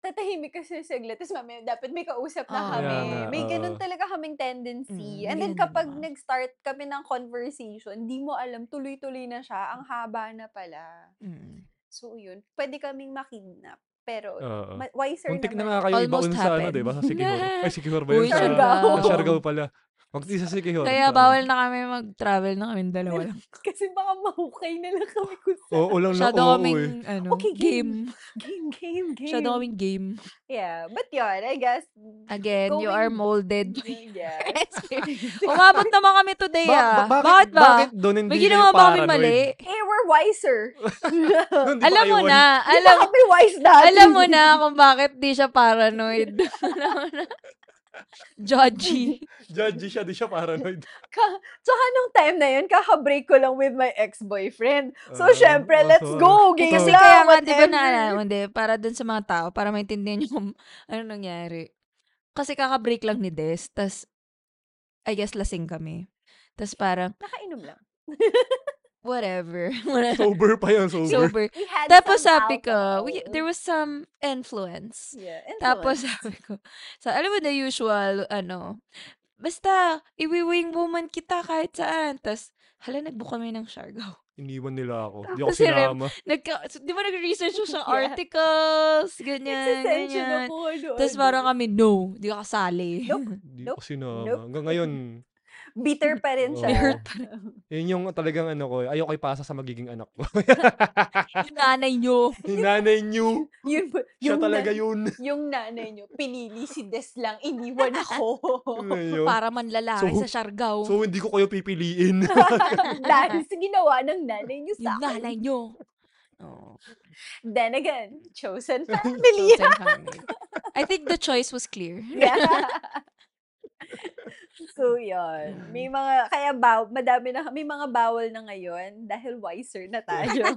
S3: tatahimik kasi saglit. Tapos mamaya, dapat may kausap na
S4: Oo.
S3: kami.
S2: Yeah,
S3: may ganun
S2: oo.
S3: talaga kaming tendency.
S4: Mm,
S3: And then
S4: ganun
S3: kapag
S4: naman.
S3: nag-start kami ng conversation, di mo alam, tuloy-tuloy na siya. Ang haba na pala.
S4: Mm.
S3: So yun, pwede kaming makidnap. Pero
S2: Oo.
S3: ma- wiser
S2: Muntik na
S3: naman.
S2: nga kayo
S4: Almost
S2: ibaon sa ano,
S4: happened.
S2: diba? Sa Sikihor. Ay, Sikihor ba yun?
S4: Uy,
S2: Sa-
S3: Siargao.
S2: Sa Siargao pala. Huwag di sa Sikihor. sa-
S4: Kaya bawal na kami mag-travel na kami dalawa lang.
S3: Kasi baka mahukay na lang kami kung saan.
S2: Oo lang na
S4: Masyado
S2: oo
S4: kaming,
S2: eh.
S4: ano,
S3: Okay,
S4: game.
S3: game. Game, game, game.
S4: Masyado kaming game.
S3: Yeah, but yun, I guess.
S4: Again, you are
S3: going-
S4: molded by
S3: Yeah.
S4: your experience. Umabot naman kami today,
S2: Ba-
S4: ah.
S2: ba-
S4: bakit, ba?
S2: Bakit doon hindi
S4: May
S2: kayo
S4: ginawa ba kami
S2: paranoid?
S4: mali?
S3: Eh, we're wiser.
S2: Doon, di ba
S4: Alam
S2: kayo
S4: mo
S2: wal-
S4: na,
S3: Alam,
S4: alam,
S3: kami wise dati.
S4: alam mo na kung bakit di siya paranoid. Alam mo na. Judgy.
S2: Judgy siya, di siya paranoid.
S3: Ka- Tsaka nung time na yun, kaka-break ko lang with my ex-boyfriend. So,
S2: Ah,
S3: syempre,
S2: oh,
S3: let's
S2: sorry.
S3: go.
S4: Eh,
S3: Game
S4: kasi
S3: lang,
S4: kaya nga, di ba
S3: whatever.
S4: na, hindi, para dun sa mga tao, para maintindihan yung ano nangyari. Kasi kaka-break lang ni Des, tas, I guess, lasing kami. Tas parang,
S3: Nakainom lang.
S4: whatever.
S2: Sober pa yun, sober.
S4: Sober.
S3: We had
S4: Tapos
S3: some
S4: sabi ko, we-
S3: alcohol.
S4: there was some influence.
S3: Yeah,
S4: Tapos
S3: influence.
S4: sabi ko, sa alam mo the usual, ano, basta, iwiwing woman kita kahit saan. Tapos, hala, nagbook kami ng Siargao.
S2: Iniwan nila ako. Di ako
S4: Tapos si Rem,
S2: sinama.
S4: nagka, so, di ba nag-research mo sa
S3: Yeah.
S4: articles, ganyan,
S3: Nagsasensyon
S4: ganyan.
S3: ako. Ano,
S4: Tapos
S3: ano.
S4: parang kami, no, di ka kasali.
S3: Nope.
S2: Di ako
S3: Nope,
S2: sinama.
S3: nope.
S2: Hanggang ngayon,
S3: Bitter pa rin siya.
S4: May
S2: Oo.
S4: hurt pa rin.
S2: yun yung talagang ano ko, ayoko ipasa sa magiging anak ko.
S4: Yung nanay nyo.
S2: yung nanay niyo,
S3: Yun, ba-
S2: siya
S3: yung
S2: talaga
S3: nan-
S2: yun.
S3: Yung nanay niyo, pinili si Des lang, iniwan ako.
S2: Yun na yun.
S4: Para man lalaki
S2: So-
S4: sa Siargao.
S2: So, hindi ko kayo pipiliin.
S3: Dahil sa ginawa ng nanay niyo
S4: yung
S3: sa akin.
S4: nanay nyo. Oh,
S3: Then again, chosen family.
S4: chosen family. I think the choice was clear.
S3: Yeah. so, yun.
S4: Mm.
S3: May mga, kaya baw, madami na, may mga bawal na ngayon dahil wiser na tayo.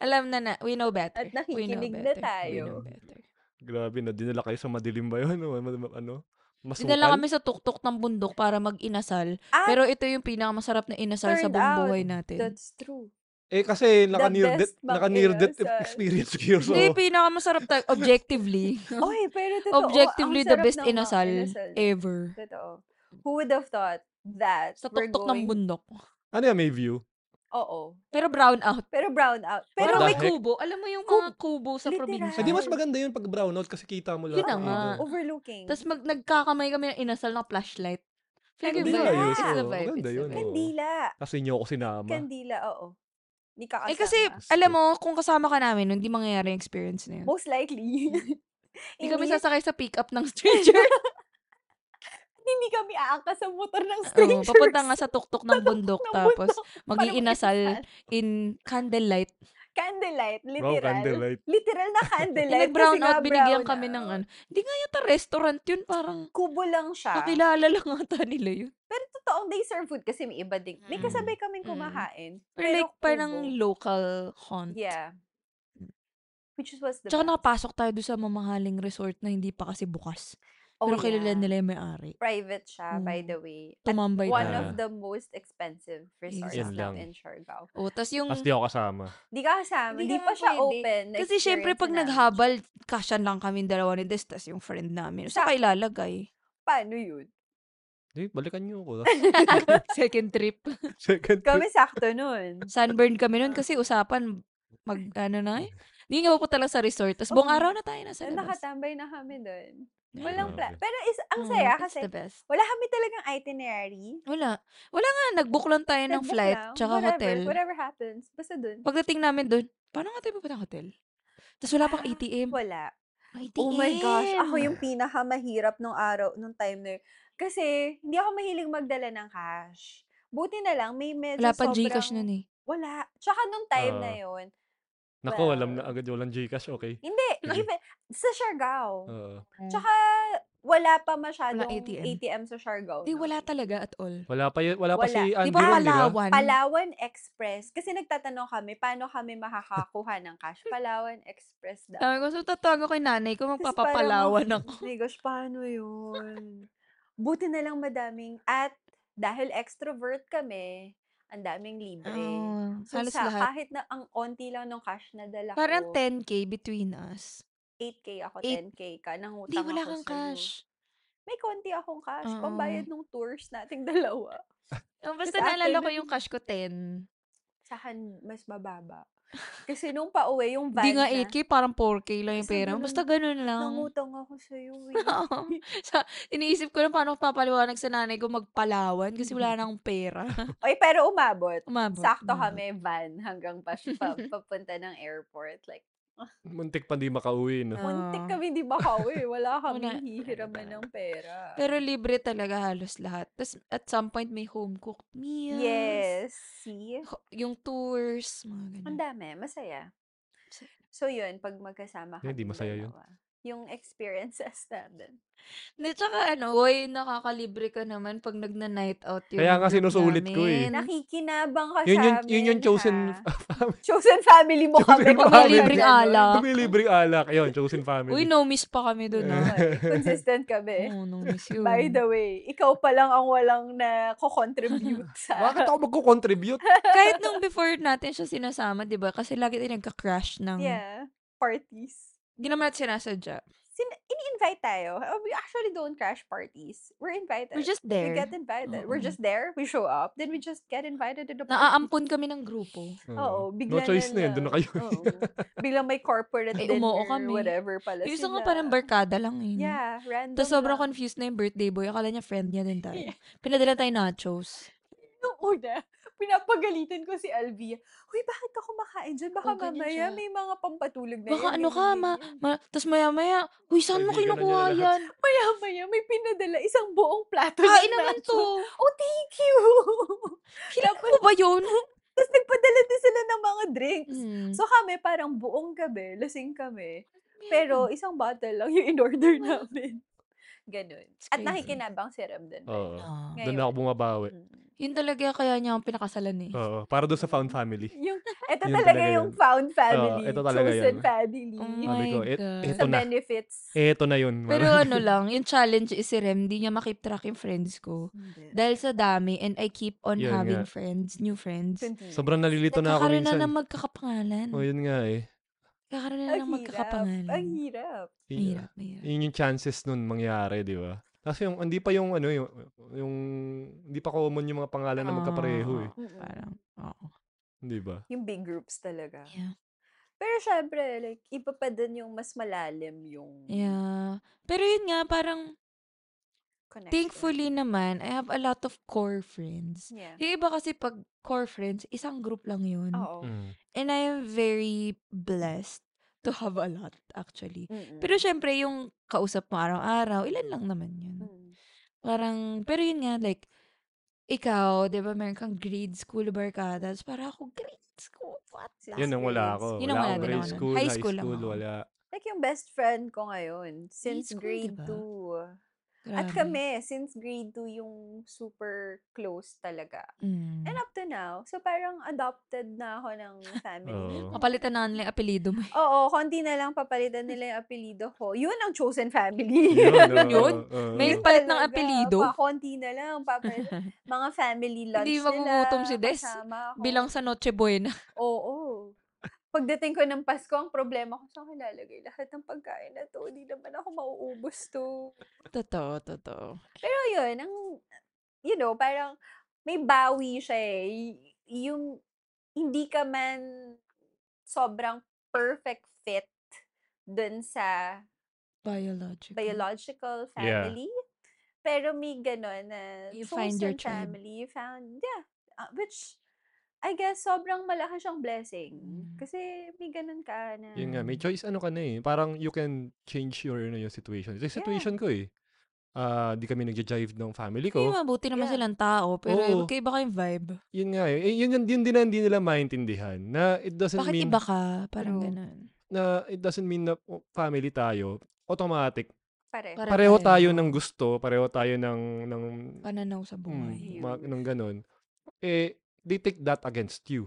S4: Alam na na, we know better.
S3: At nakikinig
S4: we know
S3: na
S4: better.
S3: tayo.
S4: We know better.
S2: Grabe na, dinala kayo sa madilim ba yun? Ano, ano- ano? Masukal?
S4: Dinala kami sa tuktok ng bundok para mag-inasal.
S3: Ah,
S4: Pero ito yung pinakamasarap na inasal sa
S3: Turned
S4: buong
S3: out,
S4: buhay natin.
S3: that's true.
S2: Eh kasi naka
S3: The
S2: near
S3: best
S2: death,
S3: mang
S2: naka near death
S3: inasal.
S2: experience ko yun. So,
S4: Hindi, pinakamasarap tayo. Objectively.
S3: Oy, pero totoo,
S4: objectively,
S3: ang
S4: the
S3: sarap
S4: best
S3: ng mga
S4: inasal,
S3: inasal.
S4: ever.
S3: Totoo. Who would have thought that
S4: Sa
S3: we're
S4: tuktok ng
S3: going...
S4: bundok.
S2: Ano yan, may view?
S3: Oo.
S4: Pero brown out.
S3: Pero brown out.
S4: Pero
S2: the
S4: may
S2: heck?
S4: kubo. Alam mo yung mga kubo sa
S3: Literal.
S2: Eh,
S4: probinsya.
S2: di mas maganda yun pag brownout kasi kita mo lahat. eh,
S4: Yun na
S2: ng
S4: nga.
S2: ilaw.
S3: Oh. overlooking.
S4: Tapos mag, nagkakamay kami ng inasal na flashlight. Ano Feeling
S2: Hindi
S4: ko
S2: nga
S4: vibe.
S2: yun.
S4: It's the
S2: Oo,
S4: vibe.
S2: maganda
S4: It's the
S2: yun,
S4: vibe.
S2: oo.
S3: Kandila.
S2: Kasi niyo ako sinama.
S3: Kandila, oo. Ni kakasama.
S4: Eh kasi,
S2: Gusto.
S4: alam mo, kung kasama ka namin, hindi mangyayari yung experience na yun.
S3: most likely,
S4: Hmm. Hindi kami
S3: Oh, hindi-
S4: sasakay sa pick-up ng stranger.
S3: hindi kami aaka sa motor ng
S4: Oo,
S3: strangers.
S4: papunta nga sa tuktok ng bundok,
S3: ng
S4: tapos
S3: bundok.
S4: magiinasal in candlelight.
S3: Candlelight,
S2: Wow,
S3: literal.
S2: candlelight.
S3: Literal na candlelight.
S4: Eh, brown
S3: kasi nga
S4: out, binigyan
S3: brown
S4: kami ng
S3: out.
S4: ano. Hindi nga yata restaurant yun, parang
S3: Kubo lang siya.
S4: nakilala lang ata nila yun.
S3: Pero totoong they serve food kasi may iba ding. May
S4: Mm.
S3: kasabay kaming
S4: Mm.
S3: kumakain.
S4: Or like, parang
S3: kubo.
S4: local haunt.
S3: Yeah. Which was the
S4: Tsaka
S3: best.
S4: nakapasok tayo doon sa mamahaling resort na hindi pa kasi bukas. Pero
S3: Oh,
S4: kilala
S3: yeah.
S4: nila yung may-ari.
S3: Private siya, by
S4: Mm.
S3: the way. At
S4: Tumambay
S3: one
S4: tayo.
S3: of the most expensive resorts
S4: Yun
S3: lang
S2: lang.
S3: in Siargao.
S4: Oh, tas yung...
S2: Tapos di ako kasama.
S3: Di ka kasama.
S4: Hindi
S3: Di
S4: ka
S3: pa siya
S4: pwede.
S3: open.
S4: Kasi syempre, pag
S3: Na-experience na.
S4: naghabal, kasyan lang kami dalawa ni Des, tas yung friend namin. Sa
S3: Sa-
S4: kailalagay.
S3: Paano yun?
S2: Di, balikan niyo ako. Tapos
S4: Second trip.
S2: second
S3: Kami
S2: trip.
S3: sakto nun.
S4: Sunburn kami nun kasi usapan mag, ano na eh. Hindi nga pupunta lang sa resort. Tapos buong
S3: Oo.
S4: araw na tayo nasa labas.
S3: So, Eh, nakatambay na kami dun.
S4: Yeah.
S3: Walang plan.
S2: Grabe.
S3: Pero is, ang
S4: Oo,
S3: saya
S4: Mm, it's
S3: kasi
S4: the best.
S3: wala kami talagang itinerary.
S4: Wala. Wala nga, nag-book lang tayo ng
S3: Nag-book
S4: flight,
S3: lang.
S4: tsaka
S3: whatever,
S4: hotel.
S3: Whatever happens. Basta dun.
S4: Pagdating namin doon, paano nga tayo pupunta ng hotel? Tapos wala pang
S3: Ah,
S4: ATM.
S3: Wala.
S4: ATM.
S3: Oh my gosh, ako yung pinakamahirap nung araw, nung time na yun. Kasi, hindi ako mahilig magdala ng cash. Buti na lang, may medyo
S4: Wala pang
S3: sobrang...
S4: Gcash nun eh.
S3: Wala. Tsaka nung time na
S2: Ah.
S3: yun,
S2: Nako, alam na
S3: Well.
S2: agad walang Gcash, okay?
S3: hindi,
S4: Mm.
S2: Sige.
S3: even, sa
S4: Oh,
S3: Siargao.
S2: Oo.
S3: Tsaka, wala pa masyadong
S4: ATM.
S3: ATM. sa Siargao.
S4: Di,
S3: nun.
S4: wala talaga at all.
S2: wala pa, y- wala pa
S3: Wala.
S2: si
S4: Di
S2: Andy
S4: ba
S2: yun, di ba?
S4: Palawan?
S3: Palawan Express. Kasi nagtatanong kami, paano kami makakakuha ng cash? Palawan Express daw.
S4: Sabi ko, so tatawagan ko kay nanay ko,
S3: Tapos parang
S4: magpapapalawan
S3: ako,
S4: ako.
S3: My gosh, paano yun? Buti na lang madaming, at dahil extrovert kami, ang daming libre.
S4: Oh,
S3: so
S4: halos
S3: sa,
S4: lahat.
S3: kahit na ang onti lang ng cash na dala
S4: Parang
S3: ko,
S4: 10k between us.
S3: 8K ako,
S4: eight-
S3: 10K ka,
S4: Di,
S3: nangutang
S4: wala
S3: Oh, ako
S4: kang
S3: sa'yo.
S4: cash.
S3: May konti akong cash,
S4: Oo.
S3: pambayad ng tours nating dalawa.
S4: Oh, basta
S3: Tapos
S4: naalala ko
S3: afternoon-
S4: yung cash ko 10.
S3: Saan mas mababa? Kasi nung pauwi, yung van
S4: Di nga
S3: na,
S4: 8k, parang 4k lang yung
S3: Basta
S4: pera.
S3: ganun.
S4: mo. Basta ganun lang.
S3: nangutang ako sa'yo.
S4: Oo.
S3: Eh.
S4: sa, iniisip ko na paano ko papaliwanag sa nanay ko magpalawan kasi wala na akong pera.
S3: Oy, pero umabot.
S4: Umabot.
S3: Sakto
S4: umabot.
S3: kami van hanggang pa, pa, papunta ng airport. Like,
S2: Muntik pa di makauwi, no?
S4: Oo.
S3: muntik kami di makauwi. Wala kami
S4: Ah. Wala.
S3: hihiraman ng pera.
S4: Pero libre talaga halos lahat. Tapos at some point may home cooked meals.
S3: yes. See?
S4: Ho- Yung tours, mga ganun.
S3: Ang dami. Masaya.
S4: Masaya.
S3: So yun, pag magkasama
S2: Eh,
S3: kami
S2: di masaya yun.
S3: dalawa. Yung experiences natin.
S4: Hindi, tsaka ano, boy, nakakalibre ka naman pag nagna-night out yung
S2: Kaya nga
S4: group
S2: sinusulit ko eh.
S4: namin.
S3: Nakikinabang ka
S2: Yun
S3: sa
S2: yung,
S3: amin,
S2: yun yung chosen
S3: ha?
S2: family.
S3: Chosen family mo
S2: Chosen
S3: kami. kung
S4: family.
S3: may
S4: Libreng
S3: ganun.
S4: alak.
S2: Kami libreng alak. Ayun, chosen family.
S4: Ah, Uy, no miss pa kami doon
S2: Eh.
S4: ah.
S3: Okay, Consistent kami.
S4: Oo, no miss yun.
S3: By the way, ikaw pa lang ang walang na ko-contribute
S4: ah,
S3: sa...
S2: Bakit ako magko-contribute?
S4: Kahit nung before natin siya sinasama, di ba? Kasi lagi tayo nagka-crash ng...
S3: Yeah. Parties.
S4: Di naman natin sinasadya.
S3: Sin- ini-invite tayo. Uh, We actually don't crash parties. We're invited.
S4: We're just
S3: We
S4: there.
S3: get invited. We're
S4: Oo.
S3: just there. We show up. Then we just get invited to the party.
S4: Naaampon kami ng grupo.
S3: Oo, bigla
S2: no choice na yun.
S3: lang.
S2: Doon na kayo.
S3: Oo. Biglang Oh. may corporate
S4: Ay,
S3: dinner,
S4: umoo kami.
S3: whatever pala
S4: Yung isa
S3: sila.
S4: nga parang barkada lang yun.
S3: Yeah, random
S4: Tapos sobrang
S3: lang.
S4: confused na yung birthday boy. Akala niya friend niya din tayo. Pinadala tayo nachos.
S3: Nung una, pinapagalitan ko si Alvia. Uy, bakit ako makain dyan? Baka
S4: Oo, ganyan
S3: mamaya
S4: siya.
S3: may mga pampatulog na
S4: Baka
S3: yan,
S4: ano ka,
S3: ganyan,
S4: ma...
S3: ganyan."
S4: ma Tapos maya-maya, Uy, saan mo
S2: Kaibigan na niya na
S4: kinukuha
S2: lahat."
S4: yan?
S3: Maya-maya, may pinadala isang buong plato. ng
S4: Kain naman
S3: nacho.
S4: to.
S3: Oh, thank you!
S4: Kilala mo Ano ba yun?
S3: Tapos nagpadala din sila ng mga drinks.
S4: Hmm.
S3: So kami, parang buong gabi, lasing kami. Pero
S4: Mm.
S3: isang bottle lang yung in-order namin. Ganun.
S4: It's
S3: At
S4: crazy.
S3: nakikinabang si Ram dun.
S2: Oo.
S4: Ah.
S2: Doon na ako bumabawi.
S3: Mm.
S4: Yun talaga kaya niya ang pinakasalan eh.
S2: Oo. Para doon sa found family.
S3: Yung, ito
S2: Yun
S3: talaga
S2: talaga
S3: yung
S2: yun.
S3: found family.
S2: ito talaga
S3: chosen
S2: yun.
S3: family.
S4: Oh
S2: Sabi
S4: my
S2: ko, "Et-
S4: God.
S2: eto
S3: sa
S2: na. Eh,
S3: benefits.
S2: Eto na yun.
S4: Pero ano lang, yung challenge is si Rem, di niya makip track yung friends ko.
S3: Hindi.
S4: Dahil sa dami, and I keep on
S2: Yun
S4: having
S2: nga.
S4: friends, new friends.
S3: Continue.
S2: Sobrang nalilito na ako
S4: Nagkakaroon
S2: minsan.
S4: na ng magkakapangalan.
S2: Oh, yun nga eh.
S4: Kakaroon na
S3: Ang
S4: ng
S3: hirap. Ang
S4: magkakapangalan.
S3: hirap.
S4: Mahirap, mahirap.
S2: Yun yung chances nun mangyari, di ba? Tapos yung, hindi pa yung ano, yung, yung hindi pa common yung mga pangalan na magkapareho eh.
S4: Oo, Parang, oo.
S2: Di ba?
S3: Yung big groups talaga.
S4: Yeah.
S3: Pero syempre, like, iba pa din yung mas malalim yung
S4: Yeah. Pero yun nga, parang
S3: connection.
S4: thankfully naman, I have a lot of core friends.
S3: Yeah.
S4: Yung iba kasi pag core friends, isang group lang yun.
S3: Oo.
S2: Mm.
S4: And I am very blessed to have a lot, actually.
S3: Mm-mm.
S4: Pero syempre, yung kausap mo araw-araw, ilan lang naman yun.
S3: Mm.
S4: Parang, pero yun nga, like, ikaw, di ba, meron kang grade school barkada. Tapos para ako, grade school, what? the-
S2: Yun ang wala
S3: grades.
S2: ako.
S4: Yun ang
S2: wala
S4: wala
S2: akong
S4: din
S2: grade
S4: ako nun.
S2: school, high
S4: High
S2: school,
S4: school lang ako.
S2: wala.
S3: Like yung best friend ko ngayon, since
S4: school,
S3: grade
S4: diba?
S3: 2. At
S4: Grabe.
S3: kami, since grade 2 yung super close talaga.
S4: Mm.
S3: And up to now, so parang adopted na ako ng family.
S2: Oo.
S4: Mapalitan na nila yung apelido mo. eh.
S3: Oo, konti na lang papalitan nila yung apelido ko. Yun ang chosen family.
S2: oo,
S4: Yun?
S2: oo.
S4: May-
S3: Yun
S4: palit ng
S3: talaga,
S4: apelido?
S3: Pa, konti na lang. Papalitan. Mga family lunch
S4: Hindi magugutom si Des. Bilang sa Noche Buena.
S3: Oo. Pagdating ko ng Pasko, ang problema ko, saan ko lalagay lahat ng pagkain na to? Hindi naman ako mauubos to.
S4: totoo, totoo.
S3: Pero yun, ang, you know, parang may bawi siya eh. Y- Yung hindi ka man sobrang perfect fit dun sa
S4: Biological.
S3: biological
S2: Yeah.
S3: family. Pero may gano'n na
S4: You
S3: chosen
S4: find your tribe.
S3: family, you found, yeah. uh, which, I guess, sobrang malaki siyang blessing.
S4: Mm.
S3: Kasi may gano'n ka na,
S2: Yun nga, may choice ano ka na eh. Parang you can change your ano, yung situation. It's like situation ko eh. Ah, di kami nagja-jive ng family
S4: Hindi,
S2: ko.
S4: mabuti naman
S3: Yeah.
S4: silang tao, pero
S2: Oo.
S4: magkaiba kayong vibe.
S2: Yun nga eh. Eh, Yun, yun, yun din na hindi nila maintindihan. Na it doesn't
S4: Bakit
S2: mean
S4: iba ka? Parang
S3: True.
S4: ganun.
S2: na it doesn't mean na oh, family tayo. Automatic.
S3: pare.
S4: Pare-
S2: Pareho tayo
S4: pareho.
S2: ng gusto, pareho tayo ng ng
S4: Pananaw sa
S2: mm,
S4: buhay.
S2: ma-
S3: Views.
S2: ng ganun. Eh they take that against you.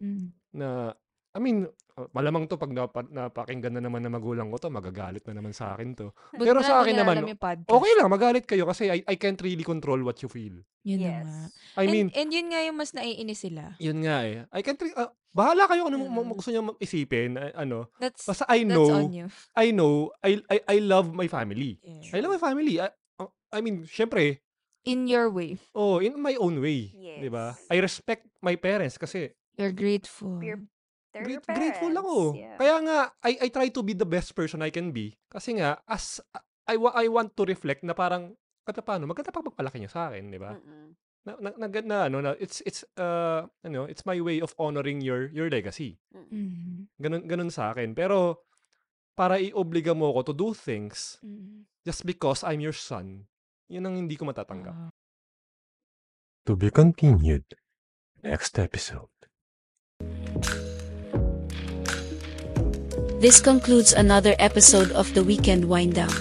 S4: Mm.
S2: na I mean, uh, malamang to pag napa, napakinggan na naman ng magulang ko to, magagalit na naman sa akin to.
S4: Buti
S2: Pero
S4: na
S2: sa
S4: lang
S2: akin
S4: nila
S2: naman,
S4: alam yung podcast.
S2: Okay lang, magalit kayo kasi I, I can't really control what you feel.
S4: Yun na
S3: yes.
S4: nga.
S2: I
S4: and,
S2: mean,
S4: and yun nga yung mas naiinis sila.
S2: yun nga eh. I can't re- ah, bahala kayo kung ano mo-
S4: Mm.
S2: mo- gusto niyo ma- isipin, ah, ano.
S4: That's,
S2: Basta I
S4: that's on
S2: know,
S4: you.
S2: I know, I, I, I love my family. I
S4: Yeah.
S2: love my family. I, oh, I mean, syempre,
S4: In your way.
S2: oh, in my own way.
S3: Yes.
S2: 'di ba I respect my parents kasi
S4: You're grateful.
S3: Peer- They're your
S2: Grate- grateful
S3: parents,
S2: ako.
S3: yeah.
S2: Kaya nga, I, I try to be the best person I can be. Kasi nga, as, I, wa- I want to reflect na parang, kata paano, maganda pang pagpalaki niya sa akin, di ba?
S3: Mm-mm.
S2: Na, na, na, na, ano, na, it's, it's, uh, ano, it's my way of honoring your, your legacy.
S3: Mm-mm.
S4: Mhm.
S2: Ganun, ganun sa akin. Pero, para iobliga mo ako to do things
S4: Mhm.
S2: just because I'm your son, yun ang hindi ko matatanggap.
S4: Oo.
S5: To be continued. Next episode.
S1: This concludes another episode of the Weekend Wind Down.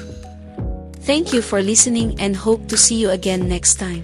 S1: Thank you for listening and hope to see you again next time.